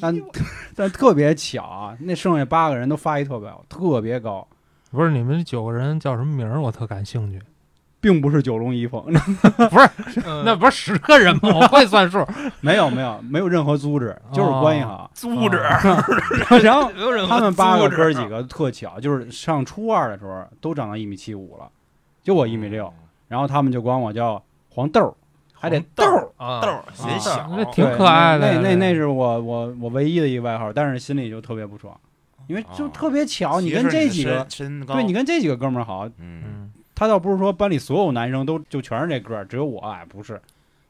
A: 但
B: 哎逼我
A: (laughs) 但特别巧啊，那剩下八个人都发育特别好，特别高，
E: 不是你们九个人叫什么名儿？我特感兴趣。
A: 并不是九龙一凤，
B: (laughs) 嗯
E: 那不是十个人吗？我会算 (laughs) 数。
A: 没有没有没有任何组织，就是关系好。
B: 组织，
A: (laughs) 然
B: (laughs)
A: 后
B: 啊没有任何
A: 他们八个
B: 组织
A: 哥儿几个特巧，就是上初二的时候都长到一米七五了，就我一米
B: 哦
A: 六，然后他们就管我叫黄豆儿，还得豆儿。
B: 啊
D: 豆儿显小，
E: 那挺
A: 对
E: 可爱的
A: 那那那是我我我唯一的一个外号，但是心里就特别不爽，因为就
D: 哦
A: 特别巧，你
D: 其
A: 跟
D: 实
A: 这
D: 的
A: 几个，
D: 身身高，
A: 对你跟这几个哥们儿好，
D: 嗯，
E: 嗯，
A: 他倒不是说班里所有男生都就全是这个，只有我哎不是，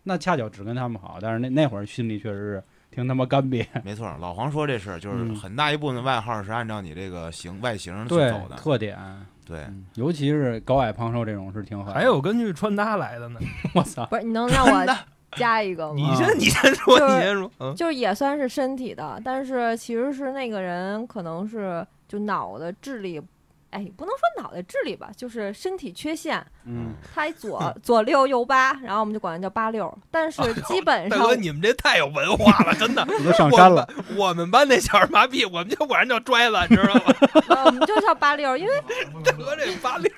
A: 那恰巧只跟他们好，但是那那会儿心里确实是挺他妈干瘪，
D: 没错。老黄说这事儿就是
A: 嗯
D: 很大一部分外号是按照你这个形外形去
A: 对
D: 走的，
A: 特点，
D: 对，
A: 嗯尤其是高矮胖瘦这种是挺狠。
B: 还有根据穿搭来的呢。
A: (laughs) 我操，
C: 不是你能让我加一个吗？
B: 你先你先说，
C: 啊就是
B: 你先说，嗯，
C: 就是也算是身体的，但是其实是那个人可能是就脑的智力，哎，不能说脑袋智力吧，就是身体缺陷，
A: 嗯，
C: 他左左六右八，然后我们就管他叫八六，但是基本
B: 哎大
C: 上
B: 哥，你们这太有文化
A: (laughs)
B: 了，真的。
A: 我都上
B: 我
A: 山了，
B: 们我们班那小儿麻痹，我们就管人叫拽子，你知道吗？
C: 呃我们就叫八六，因为
B: (laughs) 大哥这八六，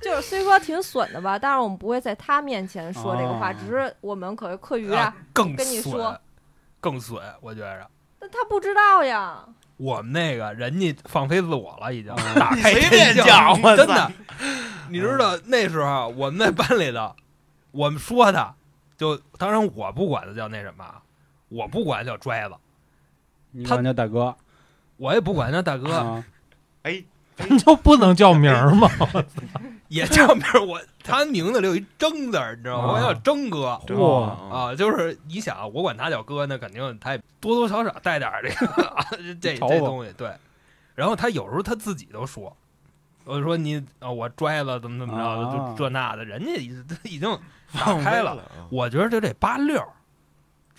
C: 就是虽说挺损的吧，但是我们不会在他面前说这个话，
A: 哦
C: 只是我们可是课余
B: 啊，更
C: 跟你
B: 损
C: 说，
B: 更损，我觉着。
C: 但他不知道呀。
B: 我们那个人家放飞自我了，已经
A: 哦
D: (laughs)
B: 打开
D: 嗯随便
B: 天
D: 讲我
B: 真的
D: 操。嗯
B: 你知道那时候啊我们在班里头，我们说他，就当然我不管他叫那什么啊，我不管他叫拽子，
A: 你管叫大哥，
B: 我也不管他叫大哥，
A: 啊，
D: 哎，
E: 你就不能叫名儿吗？
B: 也叫名儿。我他名字里有一争字儿，你知道吗？我管他叫争哥。
D: 嗯对
E: 哇
D: 啊，
B: 啊，就是你想，我管他叫哥，那肯定他也多多少少带点儿这个、啊、这
A: 嘲讽
B: 这东西，对。然后他有时候他自己都说，我就说你啊、我拽了怎么怎么着的，
A: 啊
B: 就这那的，人家已已经 (laughs) 打
D: 放飞
B: 开
D: 了
B: 了。
D: 啊
B: 我觉得就这八六儿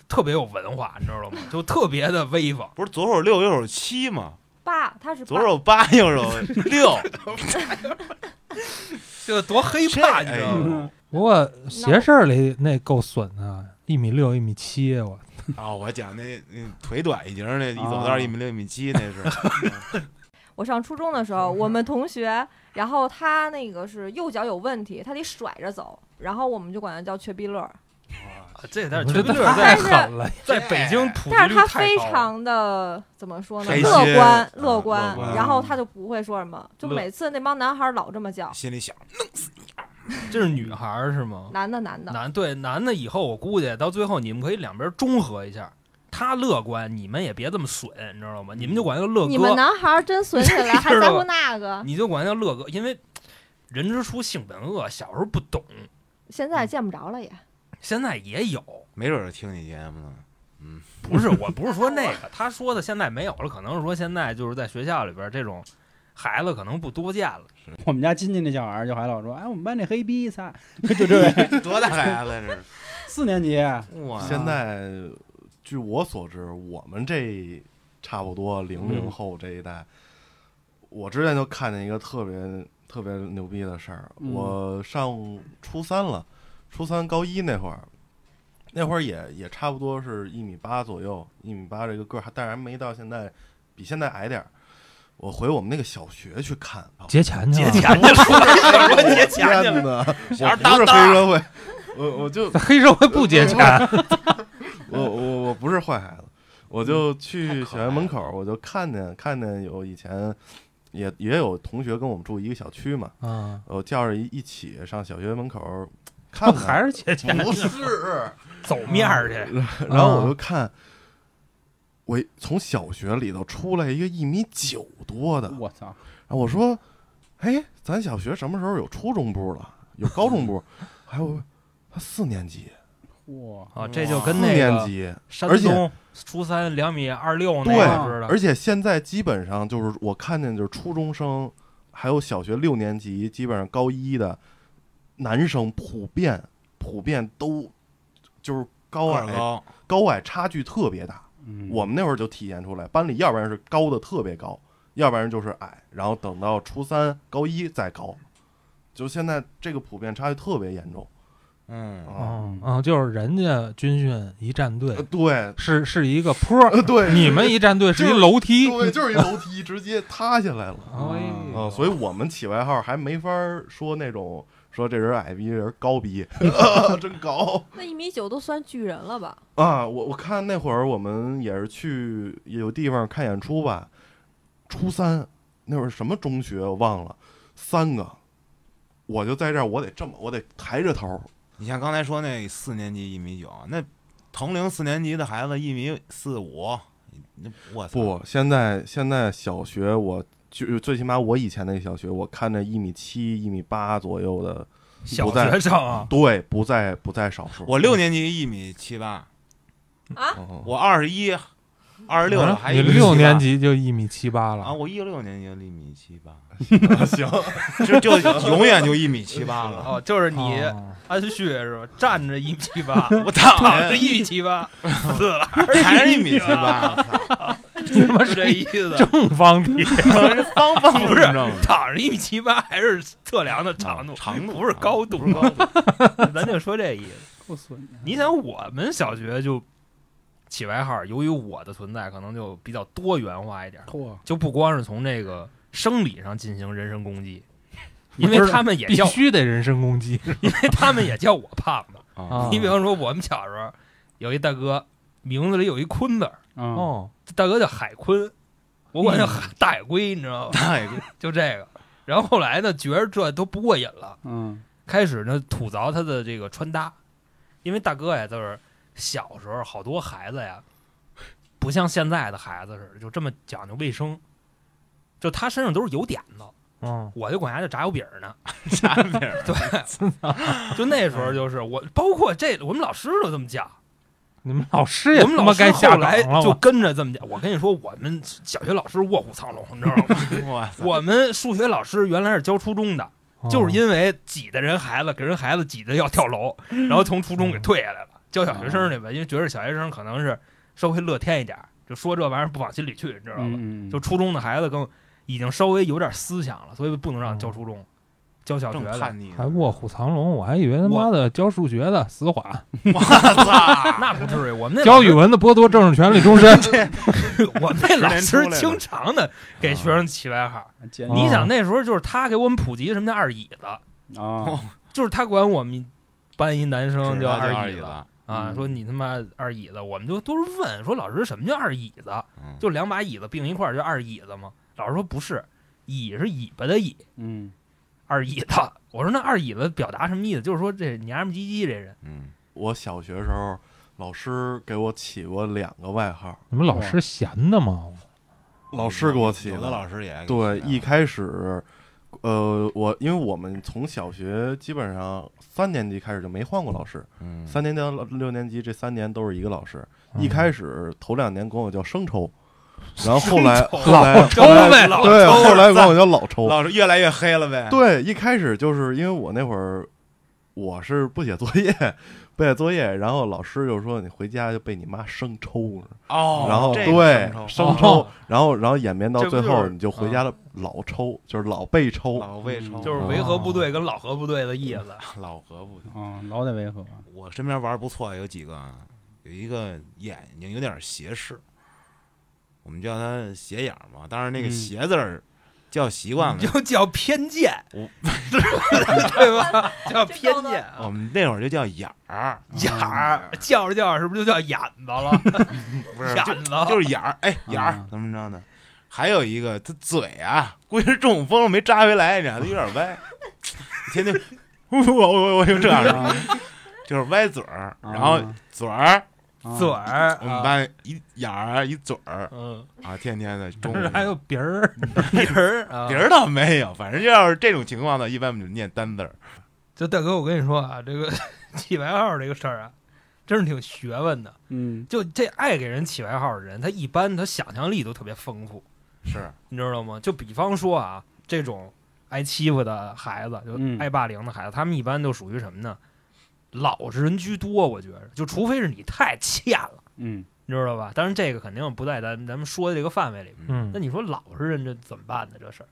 B: 特别有文化，你知道吗？就特别的威风。
D: 不是左手六右手七吗？
C: 八，他是八
D: 左手八右手六，
B: 就多黑
D: 这
B: 怕，你知道
D: 哎
B: 吗？
D: 呦
E: (laughs) 不过鞋事儿里那够损的，一米六一米七，我
D: 啊，我讲那那腿短一截儿那一走道一米六一米七那是，
C: 我上初中的时候，我们同学，然后他那个是右脚有问题，他得甩着走，然这我们就管他叫瘸逼乐儿。
B: 啊这但
E: 我
B: 是绝
E: 这
B: 对是
E: 太
B: 在
C: 但是
E: 狠了。
B: 在北京普及
C: 但是
B: 率
C: 他
B: 太
C: 非
B: 高了。
C: 常的怎么说呢？
D: 开
C: 乐
D: 心
C: 观，
D: 嗯
C: 乐
D: 乐观
C: 然后他就不会说什么，就
B: 乐
C: 每次那帮男孩儿老这么叫，
D: 心里想
B: 这是女孩儿是吗？
C: 男的男的，
B: 男对男的以后，我估计到最后你们可以两边中和一下，他乐观，你们也别这么损，你知道吗？你们就管他叫乐
C: 你们
B: 哥，
C: 男孩儿真损起
B: (laughs)
C: 来，还
B: 知道
C: 在
B: 吗
C: 乎那个？
B: 你就管他叫乐哥，因为人之初性本恶，小时候不懂，
C: 现在见不着了也。
B: 现在也有。
D: 没准儿听你节目呢。
B: 不是，我不是说那个，他说的现在没有了，可能是说现在就是在学校里边这种孩子可能不多见了。
A: 我们家亲戚那小孩儿就还老说，哎，我们班那黑逼
B: (laughs)
A: 仨，就这位
D: 多大孩子这哎
A: 四年
B: (laughs)
A: 级，
D: 是？哇，
F: 现在据我所知，我们这差不多零零后这一代，我之前就看见一个特别特别牛逼的事儿。
A: 嗯
F: 我上初三了，初三高一那会儿，那会儿也也差不多是一米八左右，一米八这个个儿，还当然没到现在，比现在矮点儿。我回我们那个小学去看，
E: 节前去
B: 节
E: 了，
B: 前
E: (laughs)
B: 去了，我说节前去
F: 天
B: 了，
F: 呐，
D: 小孩
F: 我
D: 儿当
F: 不是
D: 当
F: 黑社会，我我就
E: 黑社 (laughs) 会不
D: 嗯
E: 节前，
F: (laughs) 我我我不是坏孩子，我就
D: 嗯
F: 去
D: 太
F: 小
D: 可
F: 学
D: 爱
F: 门口，我就看见看见有以前也也有同学跟我们住一个小区嘛，
E: 嗯，
F: 我叫着一一起上小学门口
A: (laughs)
E: 不
F: 看
E: 还
F: 看，
E: 是节前？
F: 不是，
B: 走面儿去，
F: 然后我就看。我一从小学里头出来一个一米九多的，然
A: 我操，
F: 后我说：“哎，咱小学什么时候有初中部了？有高中部？ (laughs) 还有他四年级，
A: 哇，
B: 啊，这就跟
F: 四
B: 那
F: 年
B: 个
F: 级，
B: 山
F: 而且
B: 东初三两米二六那
F: 对
B: 个
A: 啊
B: 似的，
F: 而且现在基本上就是我看见就是初中生，还有小学六年级，基本上高一的男生普遍普遍都就是高
D: 个
F: 矮
D: 儿高，
F: 高矮差距特别大。
A: 嗯
F: 我们那会儿就体现出来，班里要不然是高的特别高，要不然就是矮，然后等到初三、高一再高，就现在这个普遍差距特别严重
D: 嗯，
F: 啊！
A: 哦，
E: 啊，就是人家军训一站队
F: 呃对，
E: 是是一个坡儿，
F: 呃对，
E: 你们一站队是一
F: 就是
E: 楼梯。
F: 对，就是一楼梯直接塌下来了
B: 嗯
E: 哎呦
B: 哦
F: 啊！所以我们起外号还没法儿说那种说这人矮逼，这人高逼，真高。
C: 那一米九都算巨人了吧？
F: 啊，我我看那会儿我们也是去有地方看演出吧，初三那会儿什么中学我忘了，三个，我就在这儿，我得这么，我得抬着头，
D: 你像刚才说那四年级一米九，那同龄四年级的孩子一米四五，那我操，
F: 不，现在现在小学我就最起码我以前那小学，我看着一米七、一米八左右的，
B: 小
F: 不在
B: 学生啊，
F: 对，不在不在少数。
D: 我六年级一米七八，
F: 嗯
D: 我二十一、二十六了，
E: 啊
D: 还
E: 你
D: 一米
E: 六
D: 78
E: 年级就一米七八
D: 啊？
E: 了，哦
D: 我一六年级就一米七八，
F: 行，
D: (laughs) 就就永远就一米七八了。
B: 哦，就是你
E: 哦
B: 安旭是吧？站着一米七八，
D: (laughs) 我操，
B: 躺着一米七八，死了
D: 还是一米
B: 啊
D: 七八，我操
E: 你他妈
B: 是
E: 是
B: 这意思。
E: 正方体，
D: 方方
B: 不是
D: 正正
B: 躺着一米七八还是测量的长度，
D: 长度
B: 不是高度
D: 不是高度，
B: (laughs) 咱就说这意思。
A: 够损的。
B: 你想，我们小学就起外号，由于我的存在，可能就比较多元化一点，
A: 嚯，
B: 就不光是从这个生理上进行人身攻击，
E: 不
B: 因
E: 是
B: 为他们也
E: 必
B: 叫，
E: 须得人身攻击
B: 因为他们也叫我胖子。
E: 啊
D: 啊！！
B: 你比方说，我们小时候有一大哥，名字里有一坤字儿，
A: 哦，
E: 哦，
B: 这大哥叫海坤，我管他叫海大海龟，你知道吗？
D: 嗯大爷哥，
B: (laughs) 就这个。然后后来呢，觉着这都不过瘾了，
A: 嗯，
B: 开始呢吐槽他的这个穿搭，因为大哥呀，就是小时候好多孩子呀，不像现在的孩子似的，就这么讲究卫生，就他身上都是油点子，
E: 嗯，
B: 我就管他叫炸油饼儿
D: (laughs)
B: 呢。
D: 啥名儿？
B: (laughs) 对，就那时候就是我，包括这我们老师都这么讲，
E: 你们老师也
B: 我们
E: 他
B: 老
E: 妈
B: 师
E: 该下
B: 后
E: 岗
B: 来
E: 了
B: 就
E: 吧？
B: 跟着这么讲。我跟你说，我们小学老师卧虎藏龙，你知道吗？
E: (laughs)
D: 我操！
B: 我们数学老师原来是教初中的，
E: 哦
B: 就是因为挤的人孩子，给人孩子挤的要跳楼，然后从初中
E: 哦
B: 给退下来了，教小学生去吧，因为觉得小学生可能是稍微乐天一点儿，就说这玩意儿不往心里去，你知道吧？
A: 嗯，嗯
B: 就初中的孩子更已经稍微有点思想了，所以不能
E: 哦
B: 让教初中，教小学
D: 正
B: 的。
D: 叛逆呢，
E: 还卧虎藏龙，我还以为他妈的教数学的
B: (laughs)
E: 死缓，
D: 我操！
B: 那不至于，我们那
E: 教语
B: 老
E: 文的剥夺政治权利终身。
B: 师， (laughs) 我们那老
D: 十年
B: 师
D: 出来了
B: 经常的给学生起外号。
A: 监
E: 哦
A: 狱
B: 你想那时候就是他给我们普及什么叫二椅子，哦
A: 啊，
B: 就是他管我们班一男生
D: 知
B: 叫
D: 道就
B: 二
D: 二
B: 椅子。
D: 了，
B: 啊，
A: 嗯
B: 说你他妈二椅子，我们就都是问说老师什么叫二椅子？
D: 嗯
B: 就两把椅子并一块儿叫二椅子吗？老师说不是，椅是尾巴的椅，
A: 嗯，
B: 二椅子。我说那二椅子表达什么意思？就是说这娘们唧唧这人，
D: 嗯，
F: 我小学时候老师给我起过两个外号，
E: (laughs) 你们老师闲的吗？
F: 老师给我起
D: 有
F: 的
D: 的老师也啊
F: 对，一
D: 开
F: 开始，呃，我因为我们从小学基本上三年级开始就没换过老师，
D: 嗯
B: 嗯
F: 三年级到六年级这三年都是一个老师。一开始头两年管我叫生抽，然后后来
B: 生抽
F: 后来
B: 抽
F: 后来
B: 呗老
F: 哎对，
B: 抽
F: 后来管我叫老抽。
D: 老师越来越黑了呗。
F: 对，一开始就是因为我那会儿我是不写作业，不写作业，然后老师就说你回家就被你妈生抽了，
D: 哦，
F: 然后
D: 这个哦
F: 对
D: 承受
F: 生抽，然后然后演变到
B: 这不
F: 最
B: 就
F: 后
B: 是
F: 你就回
G: 啊
F: 家了老抽，就是老被抽。
D: 老哦魏抽
B: 嗯就是维和部队跟老和部队的意思。
D: (laughs) 老何不，
A: 啊，老得维
B: (laughs)
A: 和，
D: 我身边玩儿不错有几个啊，有一个眼睛有点斜视，我们叫他斜眼儿嘛，当然那个
A: 嗯
D: 斜字儿叫习惯了
B: 你，就嗯叫偏见，
D: 我
B: 对吧？叫偏见
D: 我
B: 啊，
D: 们那会儿就叫眼儿，
B: 眼
A: 啊
B: 儿叫着叫着是不是就叫眼子了？
D: 嗯 (laughs) 不是就
B: 眼嗯子
D: 就是眼儿，哎眼儿
A: 啊
D: 怎么着呢？还有一个他嘴啊，估计是中风了没扎回来，呢，他有点歪，天 (laughs) 天我我我就这
B: (laughs)
D: 样的，
A: 啊
D: 就是歪嘴儿，然后
B: 嗯
D: 嘴儿，
A: 啊
B: 嘴儿，
D: 我们
B: 啊
D: 班一眼儿一嘴儿
B: 嗯，
D: 啊，天天的中
E: 不
B: (laughs)
D: 午
E: 是
G: (laughs)
E: 还有别儿，
B: 别人啊
D: 别人倒没有，反正要是这种情况呢，一般我们就念单字儿。
B: 就大哥，我跟你说啊，这个 (laughs) 起外号这个事儿啊，真是挺学问的。
A: 嗯，
B: 就这爱给人起外号的人，他一般他想象力都特别丰富，
D: 是，
B: 你知道吗？就比方说啊，这种挨欺负的孩子，就
A: 嗯
B: 挨霸凌的孩子，他们一般就属于什么呢？老实人居多，我觉着，就除非是你太欠了，
A: 嗯，
B: 你知道吧？当然这个肯定不在咱咱们说的这个范围里边。
E: 嗯
B: 那，你说老实人这怎么办呢？这事儿，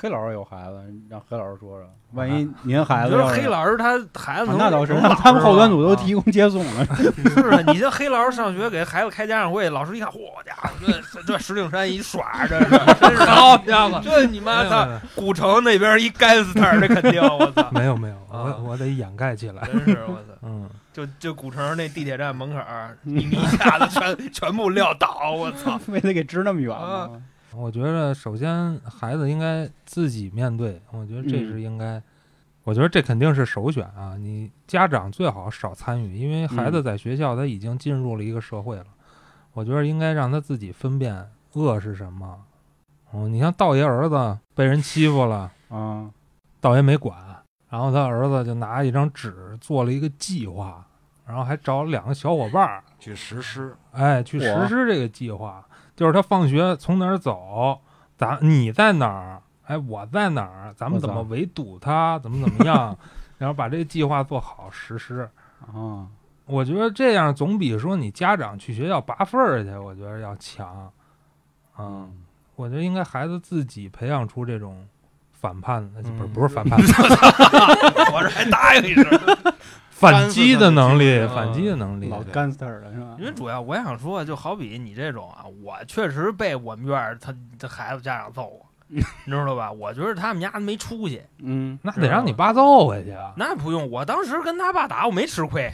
A: 黑老师有孩子，让黑老师说说，万一您孩
B: 啊你
A: 子
B: 说
A: 要是
B: 黑老师他孩子
A: 啊
B: 能
A: 那倒是，
B: 能
A: 那
B: 老
A: 他们
B: 实
A: 后端
B: 吗
A: 组都
B: 啊
A: 提供接送了，
B: (laughs) 是啊，你这黑老师上学给孩子开家长会，老师一看，嚯家伙，这这石景山一耍，这
A: (laughs)
B: 是真是
E: 好家伙
B: 这你妈操，古城那边一 gangster，这肯定，
A: (laughs)
B: 我操， (laughs)
E: 没有没有，
B: 啊
E: 我我得掩盖起
B: (laughs)
E: 来。
B: 真是我操，
E: 嗯，
B: 就就古城那地铁站门口儿，
A: (laughs)
B: 你一下子全全部撂倒，我操，
A: 非得给支那么远吗？
E: 我觉得首先孩子应该自己面对，我觉得
B: 嗯
E: 这是应该，我觉得这肯定是首选啊。你家长最好少参与，因为孩
B: 嗯
E: 子在学校他已经进入了一个社会了，我觉得应该让他自己分辨恶是什么。哦，你像道爷儿子被人欺负了，
A: 啊，
E: 道爷没管，然后他儿子就拿一张纸做了一个计划，然后还找两个小伙伴儿，
G: 去实施，
E: 哎，去实
A: 我
E: 施这个计划，就是他放学从哪儿走，咱你在哪儿，哎，我在哪儿，咱们
A: 我操
E: 怎么围堵他，怎么怎
A: (laughs)
E: 么样，然后把这个计划做好实施。
A: 啊，
E: 我觉得这样总比说你家长去学校拔分儿去，我觉得要强。嗯，我觉得应该孩子自己培养出这种反叛，呃不是
F: 嗯
E: 不是反叛，
B: 我这还答应一声。
E: 反击的能力，
B: 反
E: 反
B: 反
E: 击的能力。
A: 老 gangster 了是吧
B: 因？为主要我想说，就好比你这种啊，我确实被我们院儿他他孩子家长揍过，
E: (laughs)
B: 你知道吧？我觉得他们家没出息，
A: 嗯，
E: 那得让你爸揍回去啊！
B: 那不用，我当时跟他爸打，我没吃
E: (laughs)
B: 亏，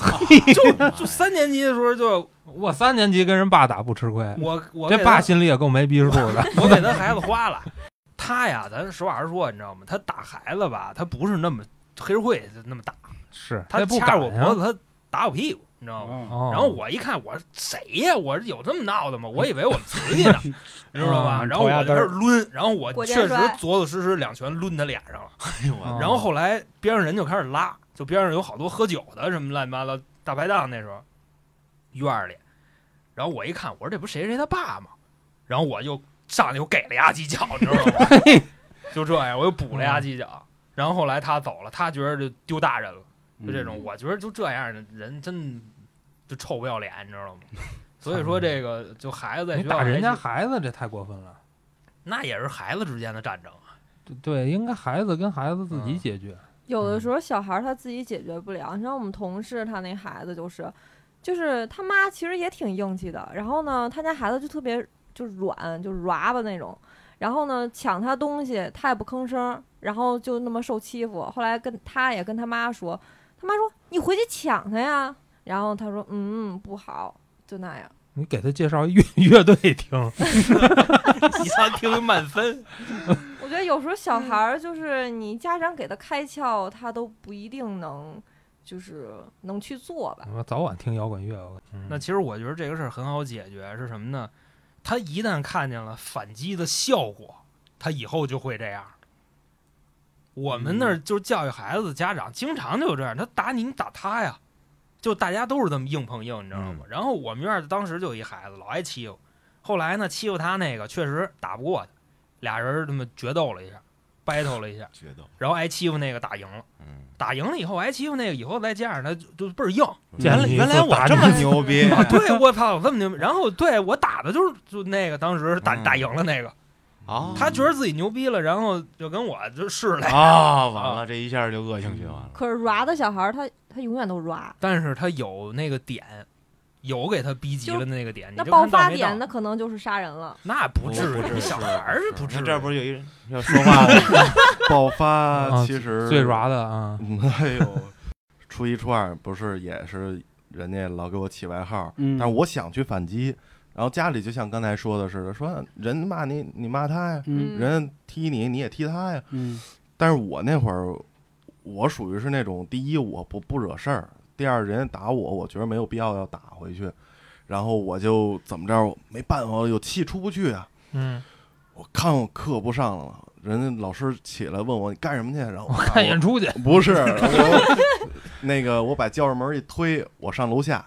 E: 哎
G: 就
B: 就三年级的时候就
E: 我三年级跟人爸打不吃亏， (laughs)
B: 我我
E: 这
B: 给
E: 爸
B: 他
E: 心里也够没逼数的。
B: 我给他孩子花了。他呀，咱实话实说，你知道吗？他打孩子吧，他不是那么黑社会就那么打，
E: 是，
B: 他
E: 这不
B: 掐
E: 敢
B: 着我
E: 呀
B: 脖子，他打我屁股，你知道吗？
A: 啊
E: 哦、
B: 然后我一看，我说谁呀？我说有这么闹的吗？我以为我们瓷
A: (laughs)
B: 器呢，你知道吧？
A: 嗯
B: 然后
A: 头
B: 我就
A: 压
B: 开
A: 根
B: 始
A: 儿
B: 抡，然后我
C: 过肩
B: 确实
C: 摔
B: 左左实实两拳抡他脸上了。
G: 哎呦我
E: 哦
B: 然后后来边上人就开始拉，就边上有好多喝酒的什么乱七八糟大排档那时候院儿里，然后我一看，我说这不谁谁他爸吗？然后我就上去又给了丫几脚，你知道
A: (laughs)
B: 吗？就这样，我又补了丫几
A: 嗯
B: 脚。然后后来他走了，他觉得就丢大人了。
A: 嗯
B: 就这
E: 嗯
B: 种，我觉得就这样的人真就臭不要脸，你知道吗？所
E: (laughs)
B: 以说这个就孩子在
E: 你
B: 学校
E: 打人家
B: 还是
E: 孩子，这太过分了。
B: 那也是孩子之间的战争
E: (laughs)
B: 啊。
E: 对对，应该孩子跟孩子自己
B: 嗯
E: 解决。
C: 有的
E: 嗯
C: 时候小孩儿他自己解决不了，你像我们同事他那孩子就是，就是他妈其实也挺硬气的，然后呢，他家孩子就特别就软，就软吧那种，然后呢抢他东西他也不吭声儿，然后就那么受欺负。后来跟他也跟他妈说，他妈说你回去抢他呀，然后他说嗯不好，就那样。
E: 你给他介绍一乐乐 (laughs) 队听，
B: 你像听一满分，
C: 我觉得有时候小孩儿就是你家长给他开窍，他都不一定能就是能去做吧。
E: 我早晚听摇滚乐。我嗯
B: 那其实我觉得这个事儿很好解决，是什么呢？他一旦看见了反击的效果，他以后就会这样。我们那儿
E: 嗯
B: 就是教育孩子的家长，经常就有这样，他打你，你打他呀，就大家都是这么硬碰硬，你知道吗？
E: 嗯
B: 然后我们院儿当时就有一孩子老挨欺负，后来呢欺负他那个确实打不过他，俩人他妈决斗了一下，battle 了一下，
G: 决斗，
B: 然后挨欺负那个打赢了，
G: 嗯，
B: 打赢了以后挨欺负那个以后再加上他就就倍儿硬，
G: 原来
E: 嗯你
G: 原来
E: 就
G: 我
E: 打
G: 这
E: 你
G: 么牛逼，
D: (laughs)
B: 啊，对我操，这么牛！然后对我打的就是就那个，当时打
G: 嗯
B: 打赢了那个，
G: 啊，
B: 他觉得自己牛逼了，然后就跟我就试来，
G: 啊，完了，这一下就恶性循环了，
C: 可是 ra 的小孩儿，他他永远都 ra，
B: (laughs) 但是他有那个点，有给他逼急了那个点，你
C: 那
B: 就
C: 爆
B: 看到
C: 发
B: 没
C: 点
B: 到，
C: 那可能就是杀人了。
B: 那不至
G: 不不至
B: 于，
G: 于
B: 小孩儿不至
G: 他
B: 于，
G: 这不是有一人要说话了吗，
F: (laughs) 爆
E: 啊
F: 发其实
E: 最抓的啊，
F: 嗯，哎呦， (laughs) 初一初二不是也是人家老给我起外号，
A: 嗯，
F: 但是我想去反击，然后家里就像刚才说的似的，说人骂你你骂他呀，
A: 嗯
F: 人踢你你也踢他呀。
A: 嗯
F: 但是我那会儿，我属于是那种第一我不不惹事儿，第二人家打我，我觉得没有必要要打回去，然后我就怎么着没办法，有气出不去啊，
E: 嗯，
F: 我看我课不上了，人家老师起来问我你干什么去，然后我
E: 看演出去。
F: 不是我， (laughs) 那个我把教室门一推，我上楼下，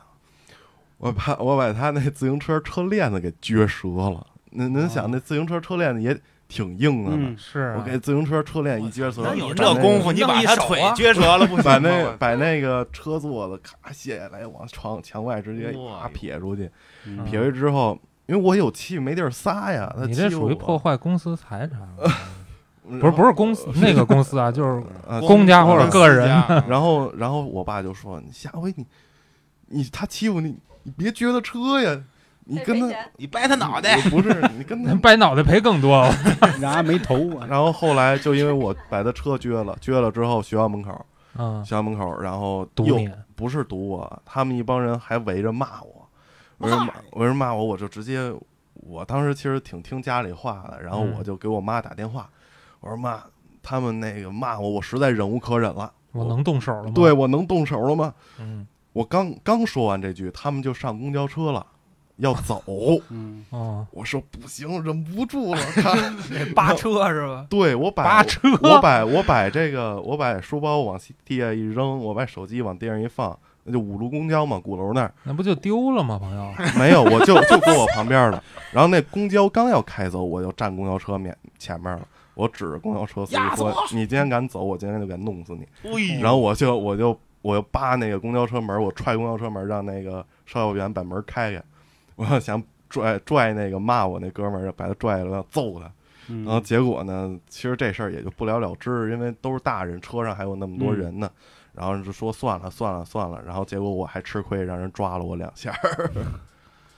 F: 我把我把他那自行车车链子给撅折了。您您想，那自行车车链子也挺硬的呢。
A: 嗯，
E: 是
F: 我给自行车车链一撅
G: 那
F: 折，
G: 有
F: 把
G: 这
F: 那
G: 功夫，
B: 弄
G: 你把
B: 一
G: 他
B: 手啊
G: 腿撅折了不
F: 把
G: 行
F: 那
D: 啊
G: 吗？
F: 把那个车座子咔卸下来，往床墙外直接
G: 哇
F: 啊撇出去，
A: 嗯 (laughs)
F: 撇出去之后，因为我有气没地儿撒呀，他
E: 你这
F: 欺负
E: 属于
F: 我
E: 破，坏公司财 (laughs) 产，
F: 不
E: 不是不是公
B: (laughs)
E: 司那个公司啊，就是
F: 呃
E: 公家或者个人
F: 然后然后我爸就说：“你下回你你他欺负你，你别撅他车呀，你跟他
G: 你掰他脑袋，
F: 不是你跟他。”
E: 掰脑袋赔更多。
A: 人家没头啊，
F: (laughs) 然后后来就因为我把他车撅了，撅了之后学校门口，
E: 嗯
F: 学，校门口，然后
E: 赌
F: 又
E: 你
F: 不是堵我，他们一帮人还围着骂我，围着骂围着骂我，我就直接，我当时其实挺听家里话的，然后
E: 嗯
F: 我就给我妈打电话，我说妈，他们那个骂我，我实在忍无可忍了，
E: 我能动手了吗？
F: 对，我能动手了吗？
E: 嗯，
F: 我刚刚说完这句，他们就上公交车了，要走，
A: 嗯，
E: 哦，
F: 我说不行，忍不住了，看，
B: (laughs) 扒车是吧？
F: 对我把
E: 扒车，
F: 我把我把这个我把书包往地下一扔，我把手机往地上一放，那就五路公交嘛，鼓楼那儿
E: 那不就丢了吗？朋友，
F: 没有，我就就坐我旁边儿的。然后那公交刚要开走，我就站公交车面前面了。我指着公交车司机说：“你今天敢走，我今天就敢弄死你。”
G: 哎
F: 然后我就我就我就扒那个公交车门，我踹公交车门，让那个售票员把门开开。我想拽拽那个骂我那哥们儿，把他拽了，要揍他。然后
A: 嗯
F: 结果呢，其实这事儿也就不了了之，因为都是大人，车上还有那么多人呢。然后就说算了算了算了，然后结果我还吃亏，让人抓了我两下。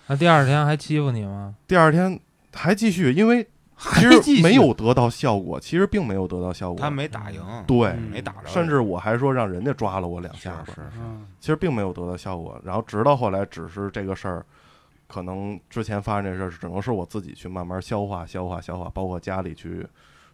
E: 那第二天还欺负你吗？
F: 第二天还继续，因为其
E: 还继续
F: 实没有得到效果，其实并没有得到效果。
G: 他没打赢，
F: 对，
A: 嗯
G: 没打着人，
F: 甚至我还说让人家抓了我两
G: 是
F: 下子，
G: 是
A: 嗯
F: 其实并没有得到效果。然后直到后来，只是这个事儿，可能之前发生这事儿，只能是我自己去慢慢消化、消化、消化，包括家里去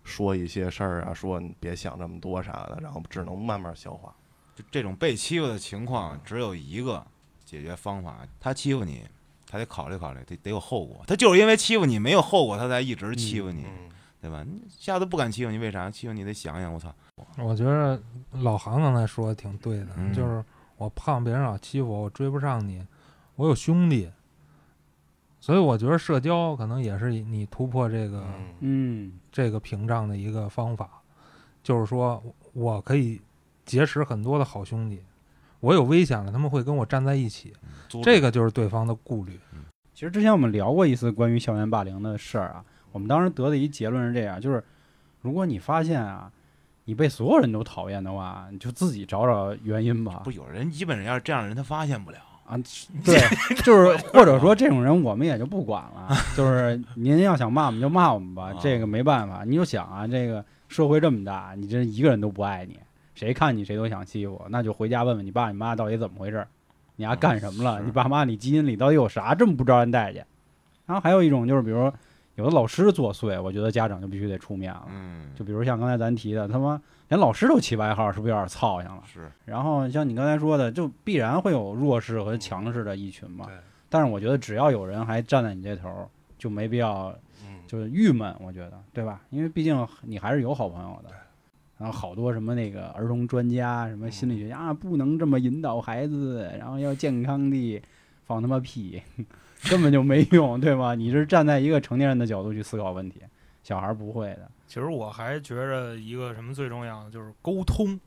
F: 说一些事儿啊，说你别想这么多啥的，然后只能慢慢消化。
G: 就这种被欺负的情况，只有一个解决方法：他欺负你，他得考虑考虑，得得有后果。他就是因为欺负你没有后果，他才一直欺负你，
F: 嗯，
G: 对吧？你下次不敢欺负你，为啥？欺负你得想想，我操，
E: 我觉得老韩刚才说的挺对的，
G: 嗯
E: 就是我胖，别人老欺负我，我追不上你，我有兄弟，所以我觉得社交可能也是你突破这个、
A: 嗯
E: 这个屏障的一个方法，就是说我可以结识很多的好兄弟，我有危险了，他们会跟我站在一起，
G: 租
E: 这个就是对方的顾虑。
A: 其实之前我们聊过一次关于校园霸凌的事儿啊，我们当时得的一结论是这样，就是如果你发现啊，你被所有人都讨厌的话，你就自己找找原因吧
G: 不。有人基本上要是这样的人，他发现不了。
A: 啊，
G: (laughs)
A: 对，就是或者说这种人我们也就不管了，就是您要想骂我们就骂我们吧
G: 啊，
A: 这个没办法。你就想啊，这个社会这么大，你这一个人都不爱你，谁看你谁都想欺负，那就回家问问你爸你妈到底怎么回事儿，你丫干什么了？
G: 啊是
A: 你爸妈你基因里到底有啥这么不招人待见？然后还有一种就是，比如有的老师作祟，我觉得家长就必须得出面了。
G: 嗯，
A: 就比如像刚才咱提的，他妈连老师都起外号，是不是有点操性了？
G: 是
A: 然后像你刚才说的，就必然会有弱势
E: 嗯
A: 和强势的一群嘛
F: 对。
A: 但是我觉得只要有人还站在你这头儿，就没必要
E: 嗯
A: 就是郁闷，我觉得对吧？因为毕竟你还是有好朋友的。然后好多什么那个儿童专家、什么心
E: 嗯
A: 理学家、啊，不能这么引导孩子，然后要健康的，放他妈屁， (laughs) 根本就没用，对吧？你是站在一个成年人的角度去思考问题，小孩儿不会的。
B: 其实我还觉着一个什么最重要的就是沟通，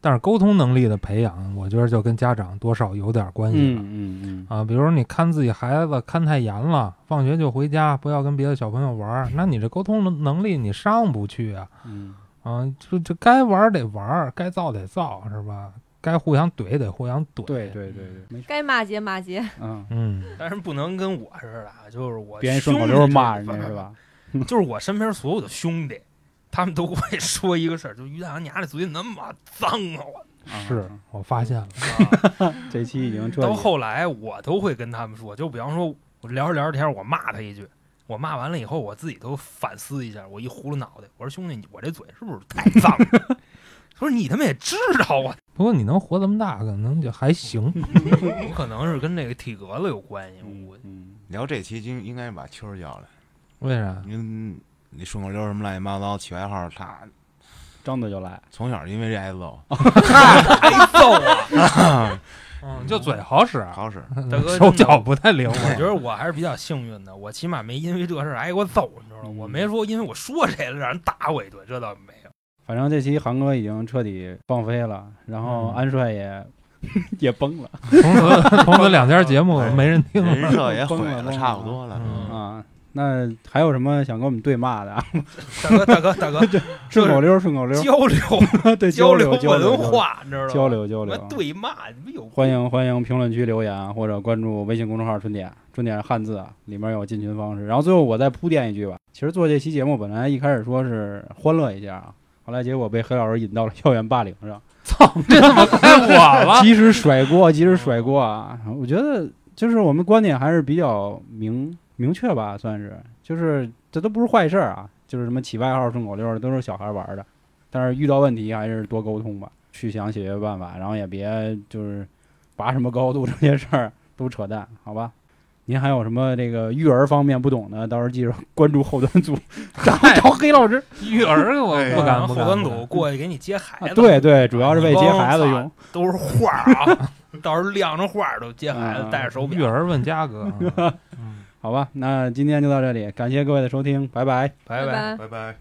E: 但是沟通能力的培养，我觉得就跟家长多少有点关系了。
A: 嗯嗯
E: 啊，比如你看自己孩子看太严了，放学就回家，不要跟别的小朋友玩儿，那你这沟通能能力你上不去啊！
A: 嗯
E: 啊，就就该玩儿得玩儿，该造得造，是吧？该互相怼得互相怼。
A: 嗯，对，对对对，没错，
C: 该骂街骂街，
A: 嗯。
E: 嗯，
B: 但是不能跟我似的，啊就是我
A: 别人顺口
B: 兄弟
A: 溜
B: 这
A: 骂人
B: 一
A: 家
B: 块儿
A: 是？吧？
B: (laughs) 就是我身边所有的兄弟，他们都跟我说一个事儿，就于大阳，你家这嘴那么脏啊！
A: (laughs)
B: 我
E: 是我发现了，
B: 操
A: 这期已经彻
B: 到
A: 底
B: 后来我都会跟他们说，就比方说我聊着聊着天，我骂他一句。我骂完了以后，我自己都反思一下，我一葫芦脑袋，我说兄弟，你我这嘴是不是太脏了？ (laughs) 他说你他妈也知道啊， (laughs)
E: 不过你能活这么大，可能就还行。
B: 嗯我可能是跟这个体格子有关系，我
A: 嗯，
G: 聊这期应应该把秋儿叫来，
E: 为啥？
G: 因为你顺口溜什么乱七八糟起外号，他
A: 张嘴就来，
G: 从小因为这挨揍，
B: 挨揍啊！
E: 嗯，就嘴好使，
G: 好使，
B: 大哥
E: 嗯手
B: 真的
E: 脚不太灵
B: 我
E: 活。
B: 觉得我还是比较幸运的，我起码没因为这事儿挨给我揍，你知
A: 嗯
B: 道吗？我没说因为我说谁了让人打我一顿，这倒没有。
A: 反正这期韩哥已经彻底放飞了，然后
E: 嗯
A: 安帅也、 (laughs) 也崩了
E: 从此从此两家节
B: 哎
E: 目没人听了。
G: 人设也毁
A: 崩了崩了
G: 差不多了。
E: 嗯
A: 啊。那还有什么想跟我们对骂的啊？
B: 大哥，大
A: (laughs)
B: 哥，大哥，
A: 顺口溜，顺口溜，
B: 交流
A: 对
B: 交
A: 流 (laughs) 交流
B: 文，化，你知道吗？
A: 交流交
B: 什么
A: 流。
B: 对骂，你们有啊
A: 欢迎欢迎评论区留言啊，或者关注微信公众号“春点”，春点是汉字啊，里面有进群方式。然后最后我再铺垫一句吧，其实做这期节目本来一开始说是欢乐一下啊，后来结果被黑老师引到了校园霸凌上，
E: 操，这怎么该我
B: 啊
E: 了？
A: 及时甩锅，及时甩锅啊！我觉得就是我们观点还是比较明明确吧，算是，就是这都不是坏事儿啊，就是什么起外号、顺口溜儿都是小孩玩儿的，但是遇到问题还是多沟通吧，去想解决办法，然后也别就是拔什么高度这些事儿 (laughs) 都扯淡，好吧？您还有什么这个育儿方面不懂的，到时候记着关注后端组，找找黑老师。
E: (laughs) 育儿我不敢，
B: 后
E: 不敢
B: 端
E: 不
B: 组
E: 敢
B: 过去给你接孩
A: 啊
B: 子，
A: 对对，主要是为接孩子用。
B: 都是画儿啊， (laughs) 到时候晾着画儿都接孩子
A: 嗯，
B: 戴着手
E: 育
B: 表，
E: 儿问嘉哥，嗯
A: 好吧，那今天就到这里，感谢各位的收听，拜拜。
B: 拜
C: 拜。
F: 拜拜。